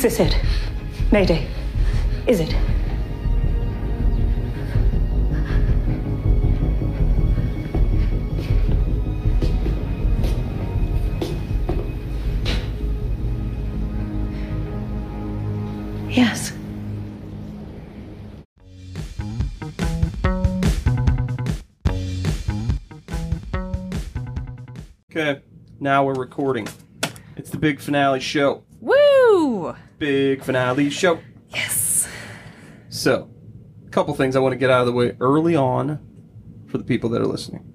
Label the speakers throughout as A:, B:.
A: this it? Mayday. Is it? Yes.
B: Okay, now we're recording. It's the big finale show.
C: Woo!
B: Big finale show.
C: Yes.
B: So, a couple things I want to get out of the way early on for the people that are listening.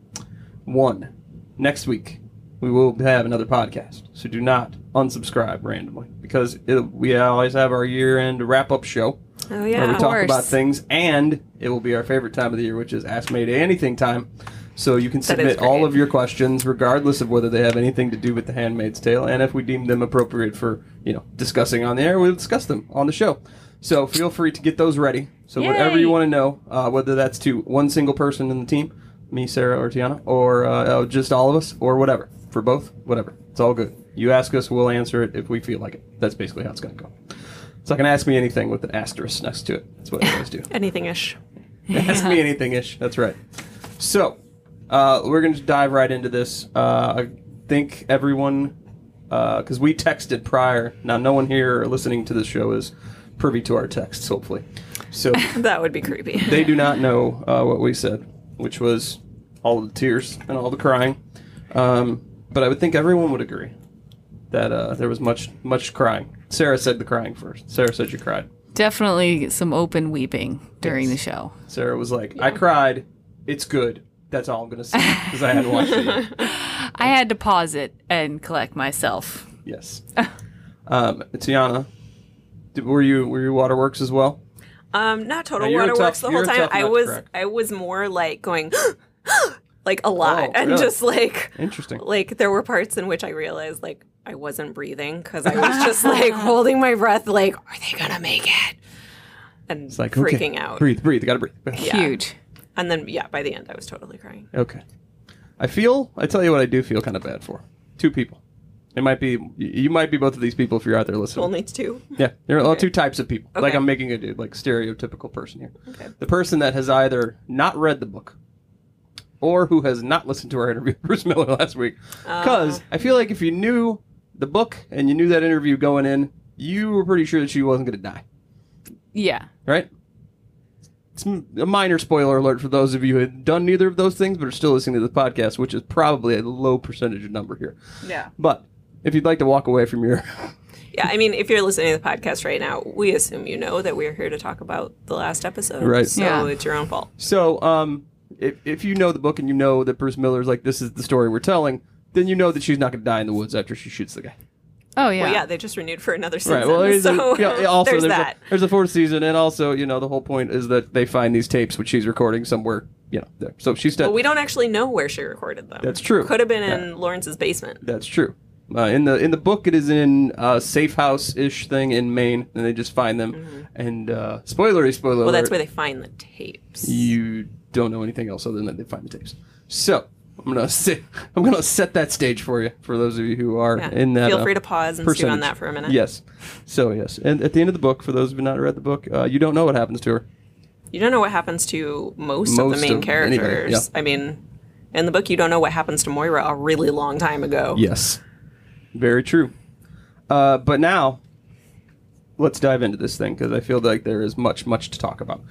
B: One, next week we will have another podcast, so do not unsubscribe randomly because it, we always have our year-end wrap-up show
C: Oh
B: where
C: yeah.
B: we
C: Of
B: talk
C: course.
B: about things, and it will be our favorite time of the year, which is Ask Mayday Anything time. So you can
C: That is
B: submit all
C: great.
B: of your questions, regardless of whether they have anything to do with The Handmaid's Tale, and if we deem them appropriate for you know discussing on the air, we'll discuss them on the show. So feel free to get those ready. So whatever
C: Yay!
B: you want to know, uh, whether that's to one single person in the team, me, Sarah, or Tiana, or uh, uh, just all of us, or whatever, for both, whatever, it's all good. You ask us, we'll answer it if we feel like it. That's basically how it's going to go. It's not gonna ask me anything with an asterisk next to it. That's what I always do.
C: Anything ish.
B: Ask me anything ish. That's right. So, uh, we're gonna just dive right into this. Uh, I think everyone, because we texted prior. Now, no one here listening to this show is privy to our texts, hopefully. So
C: That would be creepy.
B: they do not know uh, what we said, which was all the tears and all the crying. Um, but I would think everyone would agree that uh, there was much, much crying. Sarah said the crying first. Sarah said you cried.
D: Definitely some open weeping during the show.
B: Sarah was like, I cried. It's good. That's all I'm going to say because I hadn't watched it yet.
D: I had to pause it and collect myself.
B: Yes. Um, Tiana, did, were you were you waterworks as well?
C: Um, not total
B: Now, you're a
C: waterworks
B: tough-
C: the
B: you're
C: whole
B: a
C: time.
B: tough
C: I
B: nut to
C: was
B: crack.
C: I was more like going like a lot
B: Oh,
C: and
B: really?
C: just like
B: Interesting.
C: like there were parts in which I realized like I wasn't breathing because I was just like holding my breath like are they gonna make it? And
B: It's like okay,
C: freaking out.
B: Breathe, breathe. Got to breathe.
D: Huge.
C: And then yeah, by the end I was totally crying.
B: Okay. I feel. I tell you what, I do feel kind of bad for two people. It might be y- you might be both of these people if you're out there listening.
C: Only two.
B: Yeah, there are two types of people. Like
C: Okay.
B: I'm making a dude, like stereotypical person here. The person that has either not read the book, or who has not listened to our interview with Bruce Miller last week.
C: Uh.
B: Because I feel like if you knew the book and you knew that interview going in, you were pretty sure that she wasn't going to die,
D: Yeah.
B: right? It's m- a minor spoiler alert for those of you who had done neither of those things but are still listening to this podcast, which is probably a low percentage of number here.
C: Yeah.
B: But if you'd like to walk away from your
C: Yeah, I mean, if you're listening to the podcast right now, we assume you know that we're here to talk about the last episode.
B: Right.
C: So
D: Yeah.
C: it's your own fault.
B: So, um, if, if you know the book and you know that Bruce Miller's like, this is the story we're telling, then you know that she's not going to die in the woods after she shoots the guy.
D: Oh yeah.
C: Well, yeah, they just renewed for another season.
B: Right. Well, there's,
C: so
B: a, yeah, also
C: there's,
B: there's,
C: that.
B: A, there's a fourth season, and also you know the whole point is that they find these tapes which she's recording somewhere. You know, there. so she's dead.
C: but we don't actually know where she recorded them.
B: That's true.
C: Could have been in Lawrence's basement.
B: That's true. Uh, in the in the book, it is in uh, safe house ish thing in Maine, and they just find them. And uh, spoilery spoiler.
C: Mm-hmm. Well, that's
B: alert,
C: where they find the tapes.
B: you don't know anything else other than that they find the tapes. So I'm gonna sit, I'm gonna set that stage for you for those of you who are
C: Yeah.
B: in that.
C: Feel
B: uh,
C: free to pause and stew on
B: percentage.
C: that for a minute.
B: Yes. So yes, and at the end of the book, for those who have not read the book, uh, you don't know what happens to her.
C: You don't know what happens to most, of
B: Most
C: the main
B: of anybody,
C: characters. I mean, in the book, you don't know what happens to Moira a really long time ago.
B: Yes. Very true. Uh, but now, let's dive into this thing because I feel like there is much, much to talk about.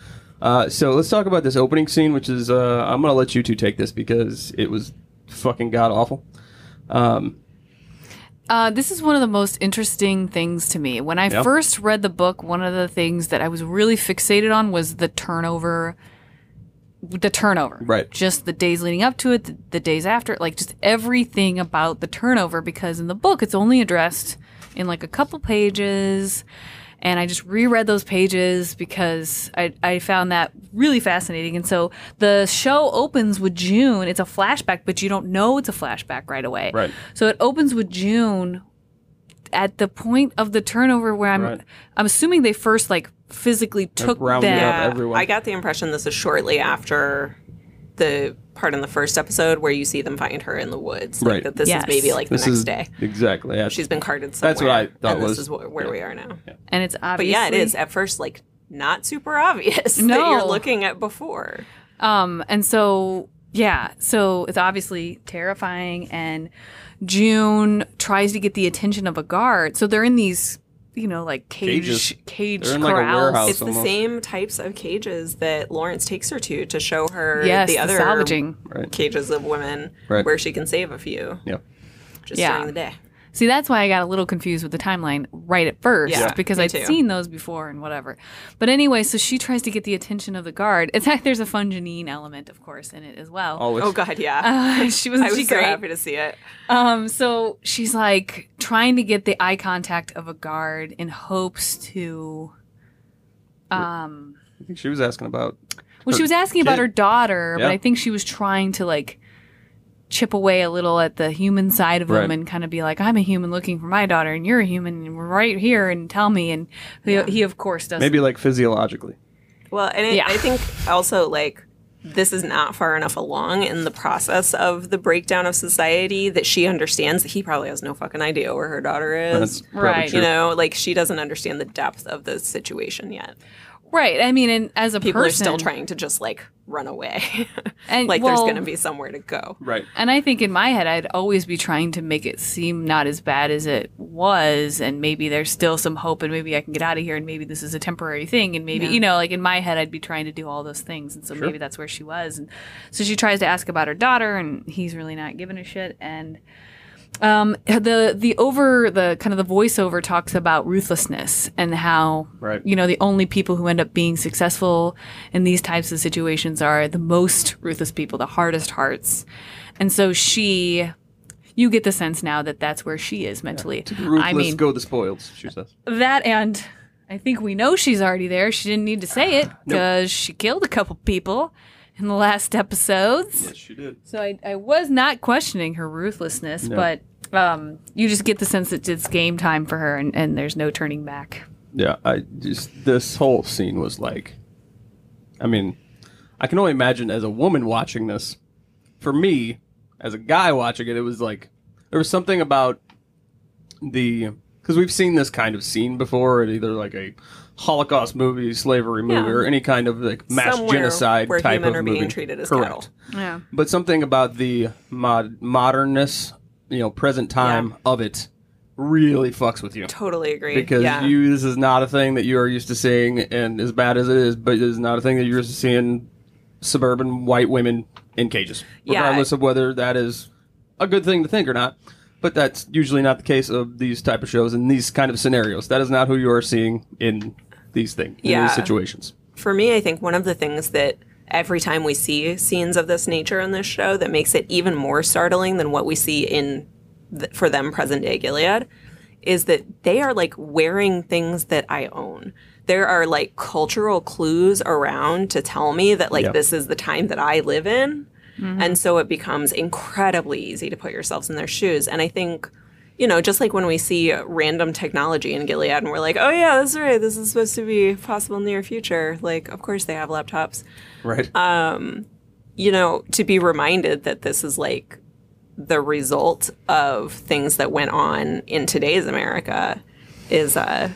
B: Uh, so let's talk about this opening scene, which is uh, I'm gonna let you two take this because it was fucking god awful.
D: Uh, this is one of the most interesting things to me. When I
B: Yeah.
D: first read the book, one of the things that I was really fixated on was the turnover. The turnover.
B: Right.
D: Just the days leading up to it, the, the days after it, like just everything about the turnover, because in the book, it's only addressed in like a couple pages. And I just reread those pages because I, I found that really fascinating. And so the show opens with June. It's a flashback, but you don't know it's a flashback right away.
B: Right.
D: So it opens with June at the point of the turnover where I'm
B: Right.
D: I'm assuming they first like physically took
B: rounded
C: Uh,
D: them.
B: up everyone.
C: I got the impression this is shortly after the part in the first episode where you see them find her in the woods. Like
B: Right.
C: That this
D: Yes.
C: is maybe like the
B: This
C: next
B: is
C: day.
B: exactly. yeah.
C: She's been carded somewhere.
B: That's what I thought
C: and
B: was-
C: this is wh- where we are now.
D: and it's
C: But
D: obviously
C: yeah, it is at first like not super obvious that
D: No.
C: you're looking at before.
D: Um, and so yeah, so it's obviously terrifying, and June tries to get the attention of a guard. So they're in these, you know, like
B: Cages.
D: cage cage
B: They're in, like, a
D: corrals.
B: warehouse.
C: It's the
B: almost-
C: same types of cages that Lawrence takes her to to show her
D: yes,
C: the
D: the
C: other
D: salvaging.
B: right.
C: cages of women
B: Right.
C: where she can save a few
B: Yep.
C: just
D: Yeah.
C: during the day.
D: See, that's why I got a little confused with the timeline right at first
C: Yeah,
D: because
C: me
D: I'd
C: too.
D: seen those before and whatever. But anyway, so she tries to get the attention of the guard. It's like there's a fun Janine element, of course, in it as well.
B: Always.
C: Oh god, yeah.
D: Uh, she was,
C: I was
D: she
C: so
D: great.
C: happy to see it.
D: Um, so she's like trying to get the eye contact of a guard in hopes to. Um,
B: I think she was asking about.
D: well, she
B: Her
D: was asking about
B: kid.
D: her daughter,
B: Yeah.
D: but I think she was trying to like chip away a little at the human side of him
B: Right.
D: and kind of be like, "I'm a human looking for my daughter, and you're a human, and we're right here, and tell me." And he, he of course, doesn't.
B: Maybe like physiologically.
C: Well, and it,
D: Yeah.
C: I think also like this is not far enough along in the process of the breakdown of society that she understands that he probably has no fucking idea where her daughter
B: That's
C: is.
B: probably
D: Right.
B: true.
C: You know, like she doesn't understand the depth of the situation yet.
D: right? I mean, and as a
C: People are
D: person,
C: still trying to just like run away.
D: And,
C: like
D: well,
C: there's going to be somewhere to go.
B: Right.
D: And I think in my head, I'd always be trying to make it seem not as bad as it was, and maybe there's still some hope, and maybe I can get out of here, and maybe this is a temporary thing, and maybe you know, like in my head, I'd be trying to do all those things, and so maybe that's where she was, and so she tries to ask about her daughter, and he's really not giving a shit, and um, the the over the kind of the voiceover talks about ruthlessness and how
B: Right.
D: you know the only people who end up being successful in these types of situations are the most ruthless people, the hardest hearts, and so she, you get the sense now that that's where she is mentally.
B: Ruthless,
D: I mean
B: go the spoils. She says.
D: that, and I think we know she's already there. She didn't need to say it because she killed a couple people in the last episodes.
B: she did.
D: So I, I was not questioning her ruthlessness,
B: No.
D: but um, you just get the sense that it's game time for her and, and there's no turning back.
B: Yeah, I just this whole scene was like, I mean, I can only imagine as a woman watching this. For me, as a guy watching it, it was like there was something about the because we've seen this kind of scene before at either like a Holocaust movie, slavery movie,
C: Yeah.
B: or any kind of like mass
C: Somewhere
B: genocide
C: where
B: type
C: human
B: of
C: are being
B: movie.
C: treated as
B: Correct
C: cattle.
D: Yeah.
B: but something about the mod- modernness, you know, present time of it really fucks with you.
C: Totally agree.
B: Because
C: yeah.
B: you, this is not a thing that you are used to seeing, and as bad as it is, but it is not a thing that you're used to seeing suburban white women in cages,
C: Yeah.
B: regardless of whether that is a good thing to think or not. But that's usually not the case of these type of shows and these kind of scenarios. That is not who you are seeing in these things, in
C: Yeah.
B: these situations.
C: for me, I think one of the things that every time we see scenes of this nature on this show that makes it even more startling than what we see in th- for them present day Gilead is that they are like wearing things that I own. There are like cultural clues around to tell me that like
B: Yeah.
C: this is the time that I live in.
D: Mm-hmm.
C: And so it becomes incredibly easy to put yourselves in their shoes. And I think, you know, just like when we see random technology in Gilead and we're like, oh, yeah, that's right. This is supposed to be possible in the near future. Like, of course they have laptops.
B: Right.
C: Uh, You know, to be reminded that this is like the result of things that went on in today's America is uh,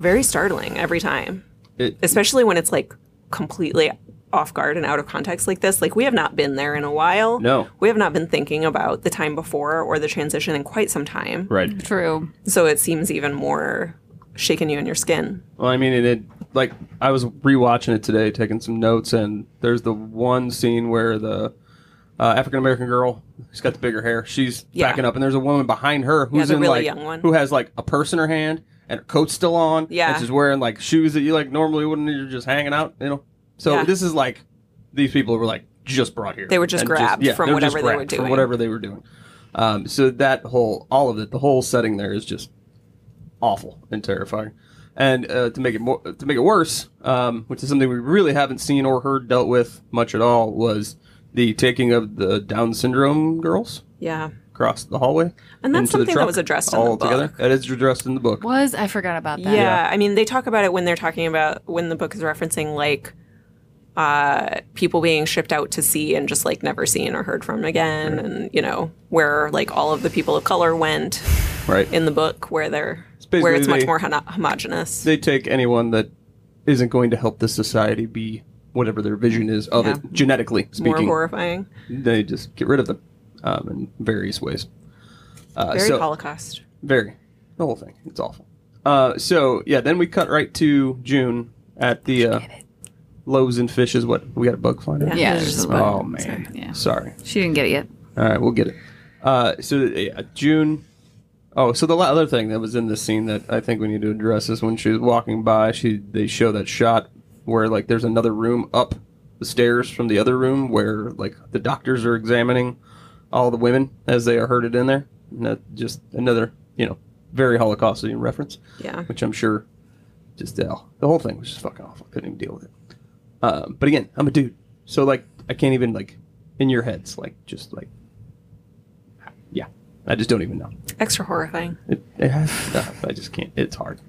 C: very startling every time
B: It-
C: especially when it's like completely off guard and out of context like this. Like we have not been there in a while.
B: No.
C: We have not been thinking about the time before or the transition in quite some time.
B: right.
D: True.
C: So it seems even more shaking you in your skin.
B: Well, I mean, and it like I was rewatching it today, taking some notes, and there's the one scene where the uh, African American girl, she's got the bigger hair, she's
C: Yeah.
B: backing up, and there's a woman behind her who's
C: the
B: in
C: really
B: like
C: young one.
B: who has like a purse in her hand and her coat's still on,
C: Yeah.
B: and she's wearing like shoes that you like normally wouldn't, you're just hanging out, you know. So
C: Yeah.
B: this is like these people were like just brought here.
C: They were just
B: And
C: grabbed from
B: they were just
C: whatever they were
B: grabbed from
C: doing.
B: whatever they were doing. Um, so that whole, all of it, the whole setting there is just awful and terrifying. And uh, to make it more, to make it worse, um, which is something we really haven't seen or heard dealt with much at all, was the taking of the Down syndrome girls
C: Yeah.
B: across the hallway
C: And
B: into the
C: that's something that
B: truck
C: was addressed in the
B: all together.
C: book.
B: That is addressed in the book.
D: Was I forgot about that?
C: Yeah. I mean, they talk about it when they're talking about when the book is referencing like uh, people being shipped out to sea and just like never seen or heard from again, and you know where like all of the people of color went
B: Right.
C: in the book, where they're
B: basically
C: where it's much
B: they-
C: more hono- homogenous.
B: they take anyone that isn't going to help this society be whatever their vision is of
D: Yeah.
B: it, genetically
C: more
B: speaking.
C: horrifying.
B: They just get rid of them um, in various ways. Uh,
C: Very
B: so-
C: Holocaust.
B: Very. The whole thing. It's awful. Uh, so yeah, then we cut right to June at the uh, loaves and fishes. What we got a bug finder.
C: Yeah.
D: Yeah. there's a bug.
B: Oh man.
D: Sorry, yeah.
B: Sorry.
D: She didn't get it yet.
B: All right, we'll get it. Uh, so uh, June. Oh, so the la- other thing that was in this scene that I think we need to address is when she was walking by, she they show that shot where like there's another room up the stairs from the other room where like the doctors are examining all the women as they are herded in there. And that just another you know very Holocaustian reference
C: Yeah.
B: which I'm sure just uh, the whole thing was just fucking awful. Couldn't even deal with it. Um, but again, I'm a dude, so like I can't even like in your heads like just like yeah, I just don't even know.
C: Extra horrifying.
B: It, it has, uh, I just can't. It's hard.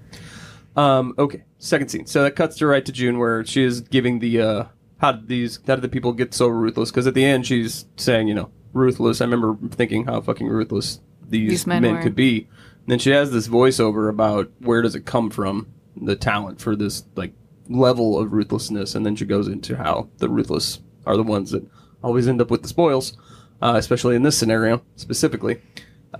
B: Um, okay, second scene. So that cuts to right to June, where she is giving the uh, how did these how did the people get so ruthless? Because at the end she's saying, you know, ruthless. I remember thinking how fucking ruthless these,
D: These
B: men,
D: men were.
B: could be. And then she has this voiceover about where does it come from, the talent for this like level of ruthlessness, and then she goes into how the ruthless are the ones that always end up with the spoils, uh, especially in this scenario specifically.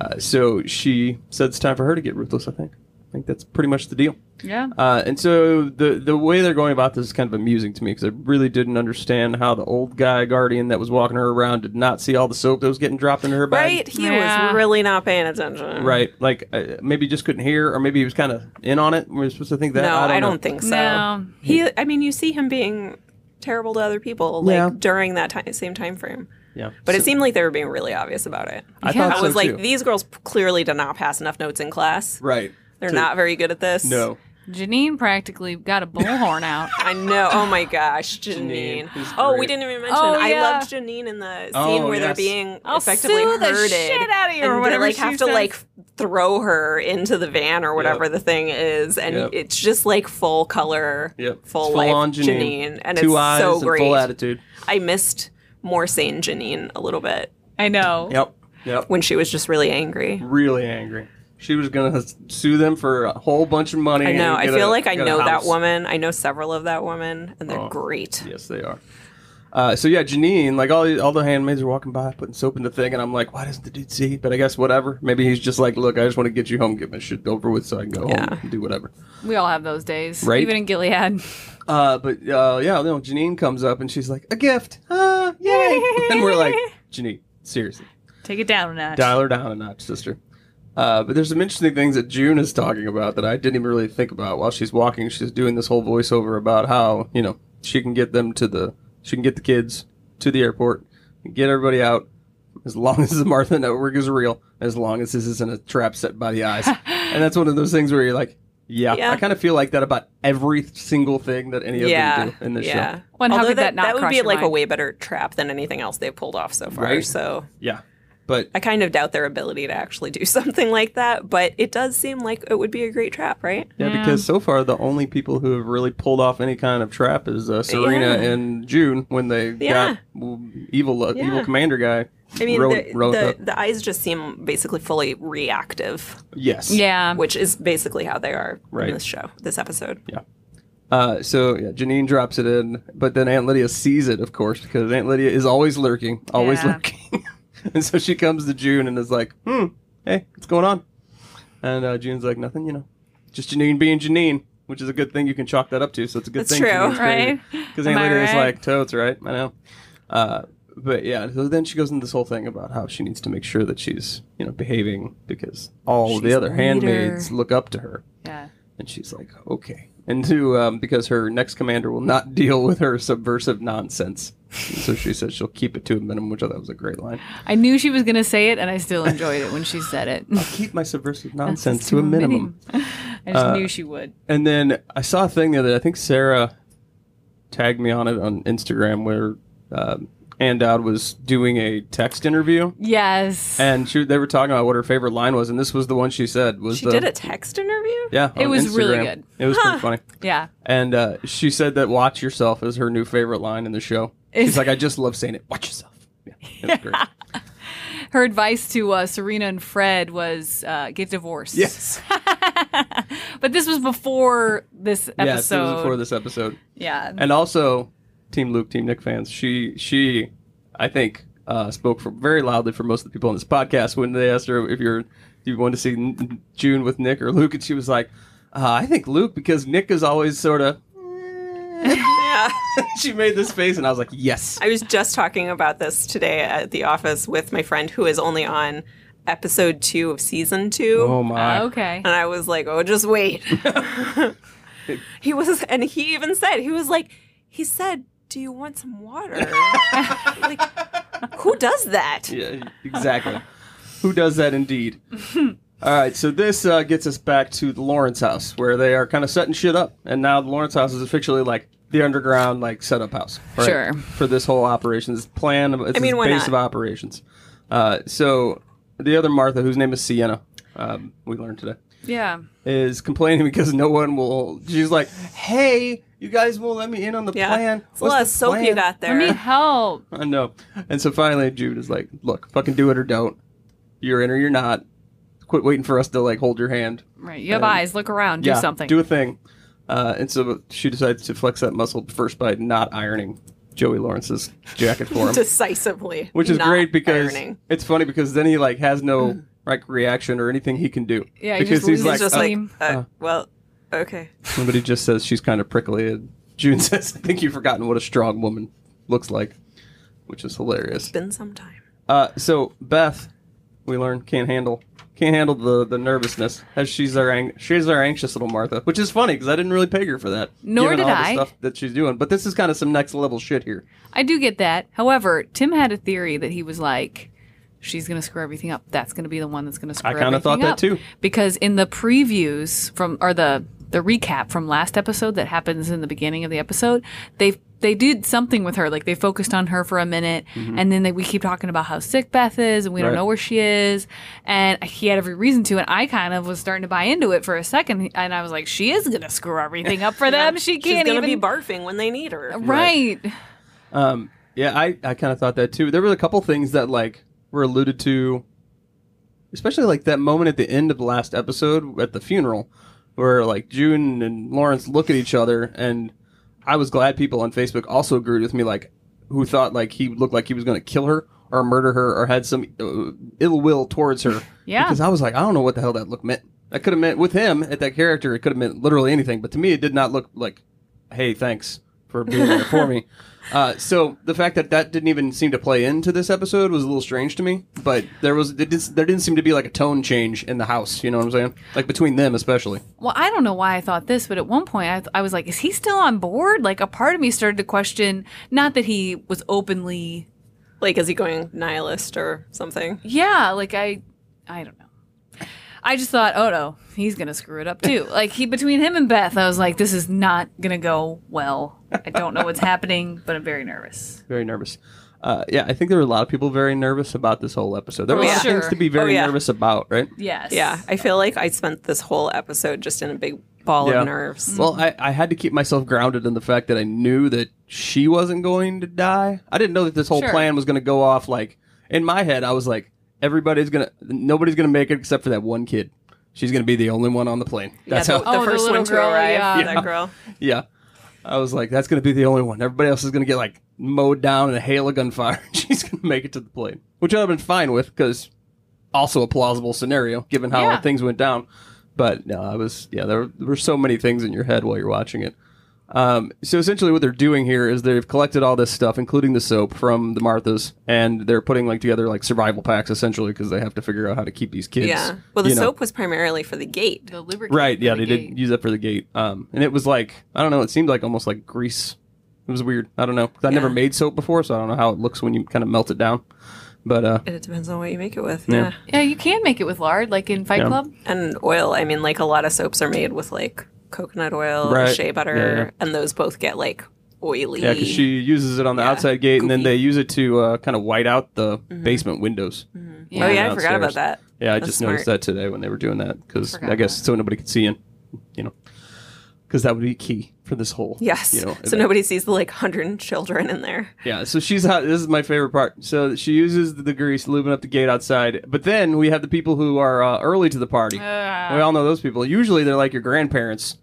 B: Uh, so she said it's time for her to get ruthless. I think. I think that's pretty much the deal.
D: Yeah.
B: Uh, and so the the way they're going about this is kind of amusing to me because I really didn't understand how the old guy guardian that was walking her around did not see all the soap that was getting dropped into her bag.
C: Right? He
D: Yeah.
C: was really not paying attention.
B: Right. Like uh, maybe he just couldn't hear, or maybe he was kind of in on it. We're supposed to think that.
C: no, I don't,
B: know.
C: think so.
D: No.
B: uh,
C: He I mean you see him being terrible to other people like
B: Yeah.
C: during that time, same time frame.
B: Yeah.
C: But it
B: So-
C: seemed like they were being really obvious about it.
B: I thought
D: Yeah.
C: I was
B: so,
C: like
B: too.
C: these girls p- clearly did not pass enough notes in class.
B: right.
C: They're
B: To-
C: not very good at this.
B: No.
D: Janine practically got a bullhorn out.
C: I know. Oh my gosh,
B: Janine
C: Janine.
B: is
C: Oh, we
B: great.
C: didn't even mention.
D: Oh,
C: I
D: yeah.
C: loved Janine in the scene
B: Oh,
C: where
B: yes.
C: they're being
D: I'll
C: effectively
D: sue the
C: herded.
D: shit out of you, or
C: and
D: whatever
C: They like
D: she
C: have to
D: says.
C: like throw her into the van or whatever
B: Yep.
C: the thing is, and
B: Yep.
C: it's just like full color,
B: Yep.
C: full,
B: It's
C: life
B: on
C: Janine, and
B: Two
C: it's
B: eyes
C: so
B: and
C: great.
B: full attitude.
C: I missed more sane Janine a little bit
D: I know.
B: Yep. Yep.
C: when she was just really angry.
B: Really angry. She was gonna s- sue them for a whole bunch of money.
C: I know.
B: and
C: I
B: get
C: feel
B: a-
C: like I
B: get a
C: know that
B: house.
C: woman. I know several of that woman, and they're
B: Oh.
C: great.
B: Yes, they are. Uh, so yeah, Janine, like all the- all the handmaids are walking by, putting soap in the thing, and I'm like, why doesn't the dude see? But I guess whatever. Maybe he's just like, look, I just want to get you home, get my shit over with, so I can go
C: Yeah.
B: home and do whatever.
D: We all have those days.
B: Right?
D: Even in Gilead.
B: Uh, but uh, yeah, no, Janine comes up and she's like, a gift, ah, yay! and we're like, Janine, seriously,
D: Take it down a notch.
B: dial her down a notch, sister. Uh, but there's some interesting things that June is talking about that I didn't even really think about while she's walking. She's doing this whole voiceover about how you know she can get them to the she can get the kids to the airport, and get everybody out as long as the Martha Network is real, as long as this isn't a trap set by the eyes. and that's one of those things where you're like, yeah,
C: Yeah.
B: I kind of feel like that about every single thing that any of
C: yeah,
B: them do in this
C: yeah.
B: show.
D: Well, and how
C: Although
D: could that not
C: would
D: cross
C: be
D: your
C: like a
D: mind?
C: way better trap than anything else they've pulled off so far.
B: Right.
C: So
B: Yeah, but
C: I kind of doubt their ability to actually do something like that, but it does seem like it would be a great trap, right?
B: Yeah,
D: Yeah.
B: because so far the only people who have really pulled off any kind of trap is uh, Serena
C: Yeah.
B: and June when they
C: Yeah.
B: got w- evil look, evil
C: Yeah.
B: commander guy.
C: I mean,
B: rode-
C: the,
B: rode
C: the,
B: up.
C: the eyes just seem basically fully reactive,
B: yes,
D: yeah.
C: which is basically how they are
B: Right.
C: in this show, this episode.
B: Uh, so yeah, Janine drops it in, but then Aunt Lydia sees it, of course, because Aunt Lydia is always lurking, always
D: Yeah.
B: lurking, and so she comes to June and is like, "Hmm, hey, what's going on?" And uh, June's like, "Nothing, you know, just Janine being Janine." Which is a good thing you can chalk that up to. So it's a good
C: That's
B: thing.
C: true,
D: right?
B: Because
D: Am
B: Aunt
D: I
B: Lydia's
D: right?
B: like totes, right? I know. Uh, but yeah, so then she goes into this whole thing about how she needs to make sure that she's you know behaving because all the
D: She's
B: other
D: the
B: handmaids
D: leader.
B: look up to her.
D: yeah.
B: And she's like, okay. And to, um, because her next commander will not deal with her subversive nonsense. so she says she'll keep it to a minimum, which I thought was a great line.
D: I knew she was going to say it, and I still enjoyed it when she said it.
B: Keep my subversive nonsense to a minimum.
D: I just
B: Uh,
D: knew she would.
B: And then I saw a thing the other day. I think Sarah tagged me on it on Instagram where um, Andad was doing a text interview,
D: Yes.
B: and she, they were talking about what her favorite line was, and this was the one she said was
C: She
B: the,
C: did a text interview?
B: Yeah,
D: It
B: on
D: was really
B: Instagram.
D: good.
B: It was pretty funny.
D: yeah.
B: And uh, she said that "Watch yourself" is her new favorite line in the show. She's
D: Is-
B: like, "I just love saying it. Watch yourself." Yeah, it was great.
D: Her advice to uh, Serena and Fred was uh, get divorced.
B: yes,
D: But this was before this episode.
B: yes, it was before this episode.
D: Yeah.
B: And also, Team Luke, Team Nick fans, she she, I think, uh, spoke for, very loudly for most of the people on this podcast when they asked her if you're if you wanted to see N- June with Nick or Luke, and she was like, uh, "I think Luke because Nick is always sort of."
C: Yeah.
B: she made this face, and I was like, "Yes."
C: I was just talking about this today at the office with my friend who is only on episode two of season two.
B: Oh my!
D: okay.
C: And I was like, oh, just wait. he was, and he even said, he was like, he said, do you want some water? like, who does that?
B: Yeah, exactly. Who does that indeed? All right, so this uh, gets us back to the Lawrence house where they are kind of setting shit up, and now the Lawrence house is officially like the underground like setup house. right?
D: Sure.
B: For this whole operation, this plan, of, it's
C: I mean,
B: his
C: why
B: base
C: not?
B: of operations. Uh, so the other Martha, whose name is Sienna, um, we learned today,
D: Yeah.
B: is complaining because no one will. She's like, "Hey, you guys won't let me in on the
C: Yeah.
B: plan."
C: It's a lot of
B: the
C: soap you
B: plan?"
C: got
D: I
C: there.
D: need help.
B: I know. And so finally, Jude is like, "Look, fucking do it or don't. You're in or you're not. Quit waiting for us to like hold your hand.
D: Right. You have
B: Um,
D: eyes. Look around. Do
B: yeah,
D: something.
B: Do a thing." Uh, and so she decides to flex that muscle first by not ironing Joey Lawrence's jacket for him,
C: Decisively.
B: which is
C: not
B: great because
C: ironing.
B: it's funny because then he like has no like reaction or anything he can do.
D: Mm. Yeah, he
B: because
D: just
B: he's
D: loses
B: like,
C: He's just
B: "Uh,
C: like,
D: um,
C: uh, well, okay.
B: somebody just says she's kind of prickly, and June says, "I think you've forgotten what a strong woman looks like," which is hilarious.
C: Been some time.
B: Uh, so Beth, we learn can't handle can't handle the the nervousness as she's our ang- she's our anxious little Martha, which is funny because I didn't really peg her for that.
D: Nor
B: given
D: did
B: all
D: I.
B: The stuff that she's doing, but this is kind of some next level shit here.
D: I do get that. However, Tim had a theory that he was like, she's going to screw everything up. That's going to be the one that's going to screw
B: I
D: everything
B: kinda
D: up.
B: thought that too.
D: Because in the previews from, or the, the recap from last episode that happens in the beginning of the episode, they they did something with her. Like they focused on her for a minute, and then they, we keep talking about how sick Beth is, and we
B: Mm-hmm. Right.
D: don't know where she is. And he had every reason to, and I kind of was starting to buy into it for a second. And I was like, she is going to screw everything up for them. Um, She
C: She's
D: can't
C: going to
D: even.
C: be barfing when they need her.
D: right.
B: Um, yeah, I I kind of thought that too. There were a couple things that like were alluded to, especially like that moment at the end of the last episode at the funeral, where like June and Lawrence look at each other, and I was glad people on Facebook also agreed with me, like who thought like he looked like he was going to kill her or murder her or had some uh, ill will towards her.
D: Yeah.
B: because I was like, I don't know what the hell that look meant. That could have meant with him at that character, it could have meant literally anything. But to me, it did not look like, hey, thanks for being there for me. Uh, so the fact that that didn't even seem to play into this episode was a little strange to me. But there was it did, there didn't seem to be like a tone change in the house. You know what I'm saying? Like between them, especially.
D: Well, I don't know why I thought this, but at one point I, I was like, is he still on board? Like, a part of me started to question, not that he was openly,
C: Like, is he going nihilist or something?
D: yeah, like I, I don't know. I just thought, oh no, he's going to screw it up too. like, he, between him and Beth, I was like, this is not going to go well. I don't know what's happening, but I'm very nervous.
B: Very nervous. Uh, yeah, I think there were a lot of people very nervous about this whole episode. There were a
C: Oh,
B: lot of
D: yeah.
B: things
D: Sure.
B: to be very
C: Oh, yeah.
B: nervous about, right?
D: Yes.
C: Yeah, I feel like I spent this whole episode just in a big ball
B: Yeah.
C: of nerves.
B: Well, I, I had to keep myself grounded in the fact that I knew that she wasn't going to die. I didn't know that this whole
D: Sure.
B: plan was going to go off like in my head. I was like, everybody's gonna, nobody's gonna make it except for that one kid. She's gonna be the only one on the plane. That's
C: yeah,
B: how.
C: the,
D: Oh,
C: the
D: the
C: first
D: little
C: one to
D: girl,
C: arrive,
D: yeah.
B: Yeah.
C: that girl.
B: yeah, I was like, that's gonna be the only one. Everybody else is gonna get like mowed down in a hail of gunfire. She's gonna make it to the plane, which I've been fine with because also a plausible scenario given how
D: Yeah.
B: things went down. But no, I was yeah. There, there were so many things in your head while you're watching it. Um, so essentially, what they're doing here is they've collected all this stuff, including the soap from the Marthas, and they're putting like together like survival packs essentially because they have to figure out how to keep these kids.
C: Yeah. Well, the
B: you know.
C: soap was primarily for the gate.
D: The lubricant.
B: Right. Yeah,
D: for the
B: they
D: gate.
B: did use that for the gate. Um, and it was like I don't know. It seemed like almost like grease. It was weird. I don't know. 'cause I never
C: Yeah.
B: made soap before, so I don't know how it looks when you kind of melt it down. But uh,
C: It depends on what you make it with.
B: Yeah.
C: Yeah.
D: Yeah, you can make it with lard, like in Fight
B: Yeah.
D: Club.
C: And oil. I mean, like a lot of soaps are med with like coconut oil,
B: Right.
C: shea butter,
B: Yeah, yeah.
C: and those both get like oily.
B: Yeah, because she uses it on the outside gate, and then
C: Goopy.
B: they use it to uh, kind of white out the basement windows.
C: oh
B: Yeah,
C: Mm-hmm. yeah, I forgot
B: downstairs.
C: about that.
B: Yeah, I
C: That's
B: just noticed
C: smart.
B: that today when they were doing that because
D: Forgot
B: I guess so nobody could see in, you know, because that would be key for this whole.
C: Yes.
B: You know,
C: so
B: event.
C: nobody sees the like hundred children in there.
B: Yeah, so she's hot. This is my favorite part. So she uses the grease, lubing up the gate outside. But then we have the people who are uh, early to the party. we all know those people. Usually they're like your grandparents.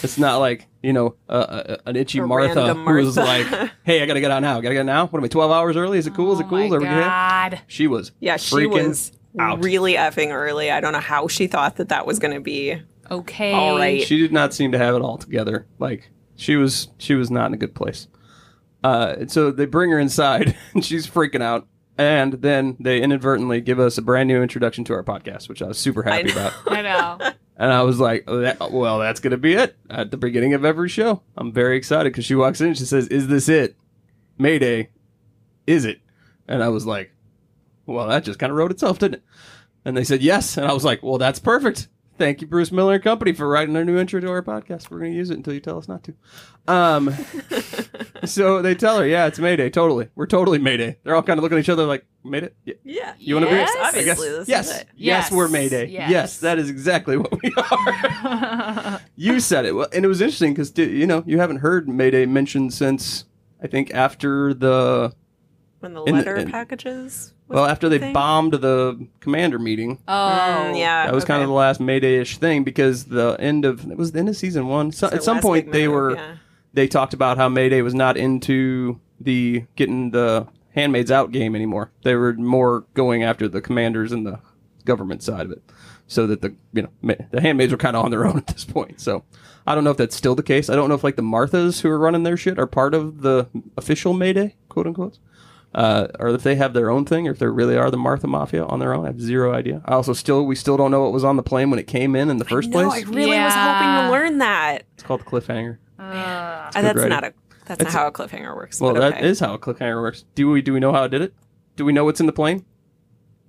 B: It's not like, you know, uh, uh, an itchy
C: A
B: Martha
C: random
B: who was
C: Martha.
B: like, hey, I got to get out now. Got to get out now? What am I, 12 hours early? Is it cool? Is it
D: Oh
B: cool? Is
D: my
B: everything okay?
D: God.
B: She was.
C: Yeah, she
B: freaking
C: was
B: out.
C: really effing early. I don't know how she thought that that was going to be.
D: Okay.
C: All right.
B: She did not seem to have it all together. Like she was, she was not in a good place. Uh, and so they bring her inside, and she's freaking out. And then they inadvertently give us a brand new introduction to our podcast, which I was super happy
C: know.
B: about.
D: I know.
B: And I was like, "Oh, that- well, that's going to be it at the beginning of every show. I'm very excited because she walks in and she says, Is this it? Mayday. Is it? And I was like, Well, that just kind of wrote itself, didn't it? And they said, Yes. And I was like, Well, that's perfect. Thank you, Bruce Miller and Company, for writing our new intro to our podcast. We're going to use it until you tell us not to. Um, so they tell her, Yeah, it's Mayday. Totally. We're totally Mayday. They're all kind of looking at each other like, Made it? Yeah.
C: Yeah.
B: You want to
D: Yes,
B: be?
C: obviously,
B: I guess-
C: this is
B: yes,
C: it.
B: yes,
D: Yes,
B: we're Mayday. Yes.
D: yes.
B: that is exactly what we are. you said it, Well, and it was interesting because you know you haven't heard Mayday mentioned since I think after the
C: When the
B: In-
C: letter
B: in-
C: packages. was
B: well after they
C: thing?
B: bombed the commander meeting.
D: Oh.
C: Mm, yeah.
B: That was kind of the last Mayday-ish thing because the end of it was the end of season one. So, at some point they were they talked about how Mayday was not into the getting the Handmaid's Out game anymore. They were more going after the commanders and the government side of it, so that the you know ma- the handmaids were kind of on their own at this point. So I don't know if that's still the case. I don't know if like the Marthas who are running their shit are part of the official Mayday quote unquote. Uh, or if they have their own thing, or if they really are the Martha Mafia on their own, I have zero idea. I also still, we still don't know what was on the plane when it came in in the first
C: No, I
B: place.
C: really was hoping
D: Yeah.
C: to learn that.
B: It's called the cliffhanger.
D: Uh,
C: Uh, that's
B: writing.
C: not a. That's not how a cliffhanger works.
B: Well,
C: but
B: that
C: okay.
B: is how a cliffhanger works. Do we do we know how it did it? Do we know what's in the plane?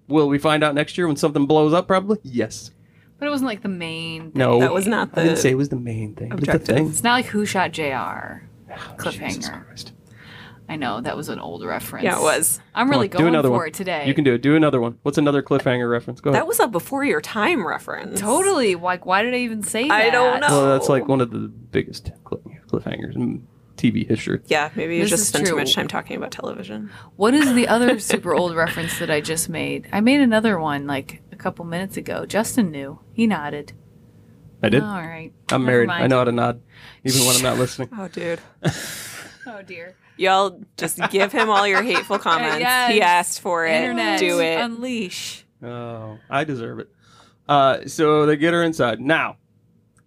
B: Will we find out next year when something blows up? Probably. Yes.
D: but it wasn't like the main. thing.
B: No.
C: That was not
B: I didn't
C: the
B: say it was the main thing. But it's the
C: objective.
B: thing.
D: It's not like who shot Jr.
B: Oh, Jesus
D: Cliffhanger.
B: Christ.
D: I know that was an old reference.
C: Yeah, it was.
D: I'm
B: Come
D: really
B: on,
D: going
B: do another
D: for
B: one
D: it today.
B: You can do it. Do another one. What's another cliffhanger reference? Go ahead.
C: That was a before your time reference.
D: totally. Like, why did I even say that?
C: I don't know.
B: well, that's like one of the biggest cl- cliffhangers in TV history.
C: Yeah, maybe you
D: This
C: just
D: is
C: spent too
D: true.
C: much time talking about television.
D: What is the other super old reference that I just made? I made another one like a couple minutes ago. Justin knew. He nodded.
B: I did.
D: All right.
B: I'm
D: Never
B: married. I
D: mind.
B: know how to nod, even when I'm not listening.
C: Oh, dude.
D: Oh dear.
C: Y'all just give him all your hateful comments.
D: yes.
C: He asked for it.
D: Internet.
C: Do it.
D: Unleash.
B: Oh, I deserve it. Uh, so they get her inside. Now,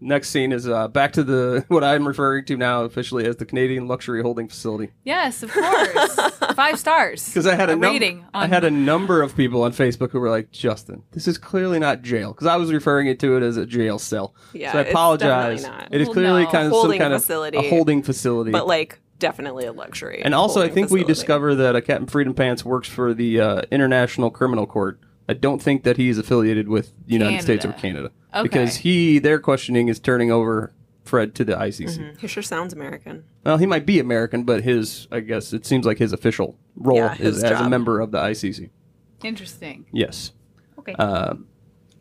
B: next scene is uh, back to the what I'm referring to now officially as the Canadian Luxury Holding Facility.
D: Yes, of course. Five stars.
B: Because I had a, num-
D: rating. On-
B: I had a number of people on Facebook who were like, "Justin, this is clearly not jail." Because I was referring it to it as a jail cell.
C: Yeah,
B: so I
C: it's
B: apologize.
C: definitely not.
B: It is
D: Well,
B: clearly
D: no.
B: kind of
C: Holding
B: some kind of
C: facility.
B: a holding facility.
C: but like definitely a luxury.
B: and also, I
C: holding
B: think we
C: facility.
B: discover that a Captain Freedom Pants works for the uh, International Criminal Court. I don't think that he is affiliated with the United States or Canada because
D: Okay.
B: he, their questioning is turning over Fred to the ICC.
C: He sure sounds American.
B: Well, he might be American, but his, I guess, it seems like his official role
C: Yeah, his
B: is as a
C: job.
B: member of the ICC.
D: Interesting.
B: Yes.
D: Okay.
B: Um,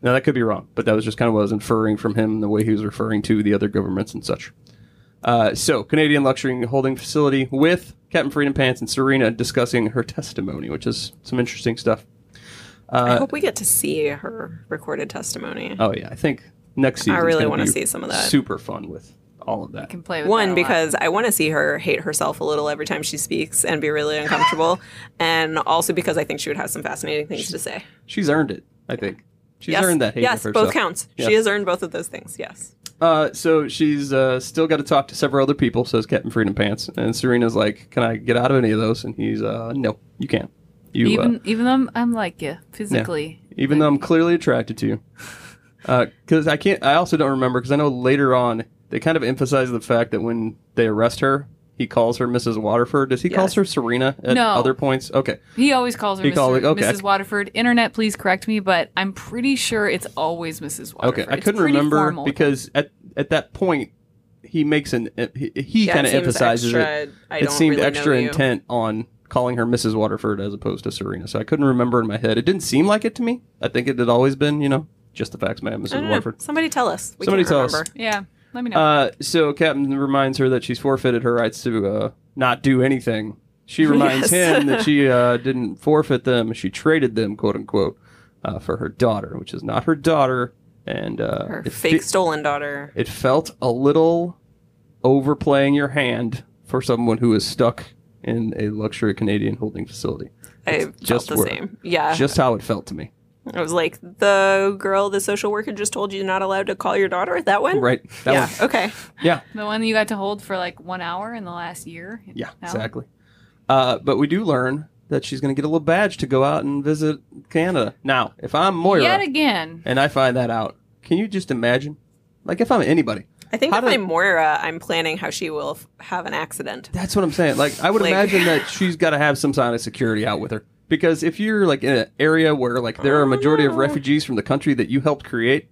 B: now that could be wrong, but that was just kind of what I was inferring from him, the way he was referring to the other governments and such. Uh, so, Canadian Luxury Holding Facility with Captain Freedom Pants and Serena discussing her testimony, which is some interesting stuff. Uh,
C: I hope we get to see her recorded testimony.
B: Oh yeah, I think next season.
C: really
B: want
C: wanna
B: to
C: see some of that.
B: Super fun with all of that.
D: can play with
C: One,
D: that a lot.
C: because I want to see her hate herself a little every time she speaks and be really uncomfortable. and also because I think she would have some fascinating things to say.
B: She's earned it. I think she's
C: yes.
B: earned that hate
C: Yes,
B: of herself.
C: both counts.
B: Yes.
C: She has earned both of those things. Yes.
B: Uh, so she's uh, still got to talk to several other people. Says Captain Freedom Pants, and Serena's like, "Can I get out of any of those?" And he's, uh, "No, you can't. You
D: even
B: uh,
D: even though I'm, I'm like you physically.
B: even though I'm clearly attracted to you, because I can't. I also don't remember because I know later on they kind of emphasize the fact that when they arrest her, he calls her Mrs. Waterford. Does he call
C: Yes.
B: her Serena at
D: No.
B: other points? Okay,
D: He always calls her
B: He
D: Mr.
B: called- okay.
D: Mrs. Waterford. Internet, please correct me, but I'm pretty sure it's always Mrs. Waterford.
B: okay. I
D: It's
B: couldn't
D: pretty
B: remember
D: formal.
B: because at at that point he makes an he, he
C: Yeah, it
B: kind of
C: seems
B: emphasizes
C: extra,
B: it.
C: I
B: it
C: don't
B: seemed
C: really know
B: extra
C: you.
B: intent on calling her Mrs. Waterford as opposed to Serena, so I couldn't remember in my head. It didn't seem like it to me. I think it had always been, you know, just the facts, ma'am,
C: I
B: Mrs.
C: don't know.
B: Waterford.
C: Hmm, Somebody tell us. We
B: Somebody
C: can't
B: tell us.
C: remember.
D: Yeah. Let me know.
B: Uh, so Captain reminds her that she's forfeited her rights to uh, not do anything. She reminds
C: Yes.
B: him that she uh, didn't forfeit them; she traded them, quote unquote, uh, for her daughter, which is not her daughter. And uh,
D: Her
B: it
C: Fake
B: fe-
C: stolen daughter.
B: it felt a little overplaying your hand for someone who is stuck in a luxury Canadian holding facility.
C: I
B: It's
C: felt
B: just
C: the
B: word.
C: same. Yeah.
B: Just how it felt to me.
C: I was like, the girl, the social worker just told you you're not allowed to call your daughter? That one?
B: Right. That
C: yeah.
B: one.
C: Okay.
B: Yeah.
D: the one that you got to hold for like one hour in the last year.
B: Yeah,
D: Now?
B: exactly. Uh, but we do learn that she's going to get a little badge to go out and visit Canada. Now, if I'm Moira
D: Yet again.
B: uh, and I find that out, can you just imagine? Like, if I'm anybody,
C: I think
B: How
C: if
B: did-
C: I'm Moira, I'm planning how she will f- have an accident.
B: that's what I'm saying. Like, I would
C: Like-
B: imagine that she's got to have some sign of security out with her. Because if you're like in an area where like there are a majority of refugees from the country that you helped create,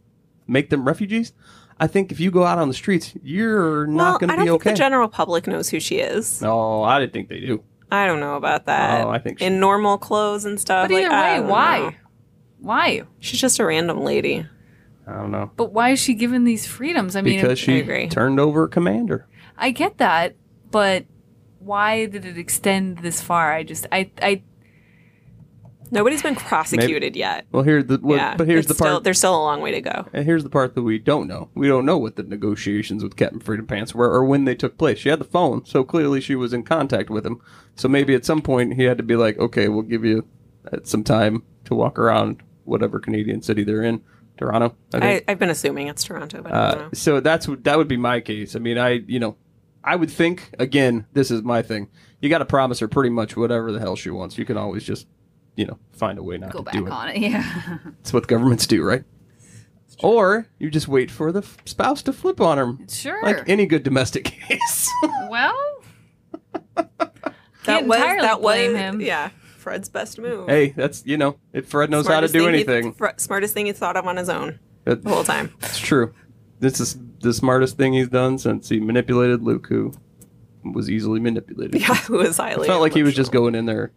B: make them refugees, I think if you go out on the streets, you're
C: well,
B: not
C: I
B: going to
C: don't
B: be
C: think
B: okay.
C: the general public knows who she is.
B: no, I didn't think they do.
C: I don't know about that.
B: Oh, I think she-
C: in normal clothes and stuff.
D: But either
C: like, I
D: way,
C: don't
D: why?
C: know.
D: Why?
C: She's just a random lady.
B: I don't know.
D: But why is she given these freedoms? I mean,
B: Because
C: agree.
B: she turned over a commander.
D: I get that, but why did it extend this far? I just, I, I,
C: Nobody's been prosecuted yet.
B: Well, here the what,
C: yeah,
B: but here's the
C: it's
B: part.
C: Still, there's still a long way to go.
B: and here's the part that we don't know. We don't know what the negotiations with Captain Freedom Pants were or when they took place. She had the phone, so clearly she was in contact with him. So maybe at some point he had to be like, "Okay, we'll give you uh, some time to walk around whatever Canadian city they're in, Toronto." I think.
C: I, I've been assuming it's Toronto, but I don't know.
B: Uh, so that's what- that would be my case. I mean, I you know, I would think again. This is my thing. You got to promise her pretty much whatever the hell she wants. You can always just you know find a way not
D: go
B: to
D: back
B: do it.
D: on it. Yeah.
B: That's what governments do, right? Or you just wait for the f- spouse to flip on him,
D: sure.
B: like any good domestic case.
D: well,
C: That
D: can't entirely blame
C: was,
D: him.
C: Yeah, Fred's best move.
B: hey, that's you know, if Fred knows
C: Smartest
B: how to do
C: thing he-
B: anything,
C: fr- smartest thing he thought of on his own
B: that-
C: the whole time.
B: it's true. This is the smartest thing he's done since he manipulated Luke, who was easily manipulated.
C: Yeah, who was
B: I
C: highly.
B: felt like he was just
C: emotional.
B: going in there.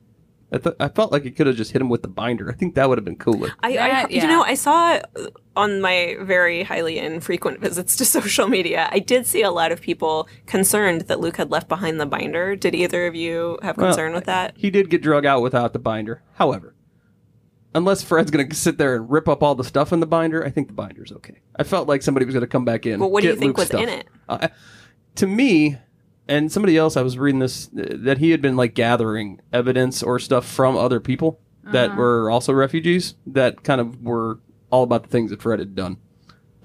B: I, th- I felt like he could have just hit him with the binder. I think that would have been cooler.
C: I, I
D: That-
C: you
D: yeah.
C: know, I saw uh, on my very highly infrequent visits to social media, I did see a lot of people concerned that Luke had left behind the binder. Did either of you have
B: Well,
C: concern with that?
B: He did get drug out without the binder. However, unless Fred's going to sit there and rip up all the stuff in the binder, I think the binder's okay. I felt like somebody was going to come back in.
C: Well, what do you
B: get
C: think
B: Luke's
C: was
B: stuff.
C: in it?
B: Uh, to me, and somebody else, I was reading this uh, that he had been like gathering evidence or stuff from other people that were also refugees that kind of were all about the things that Fred had done.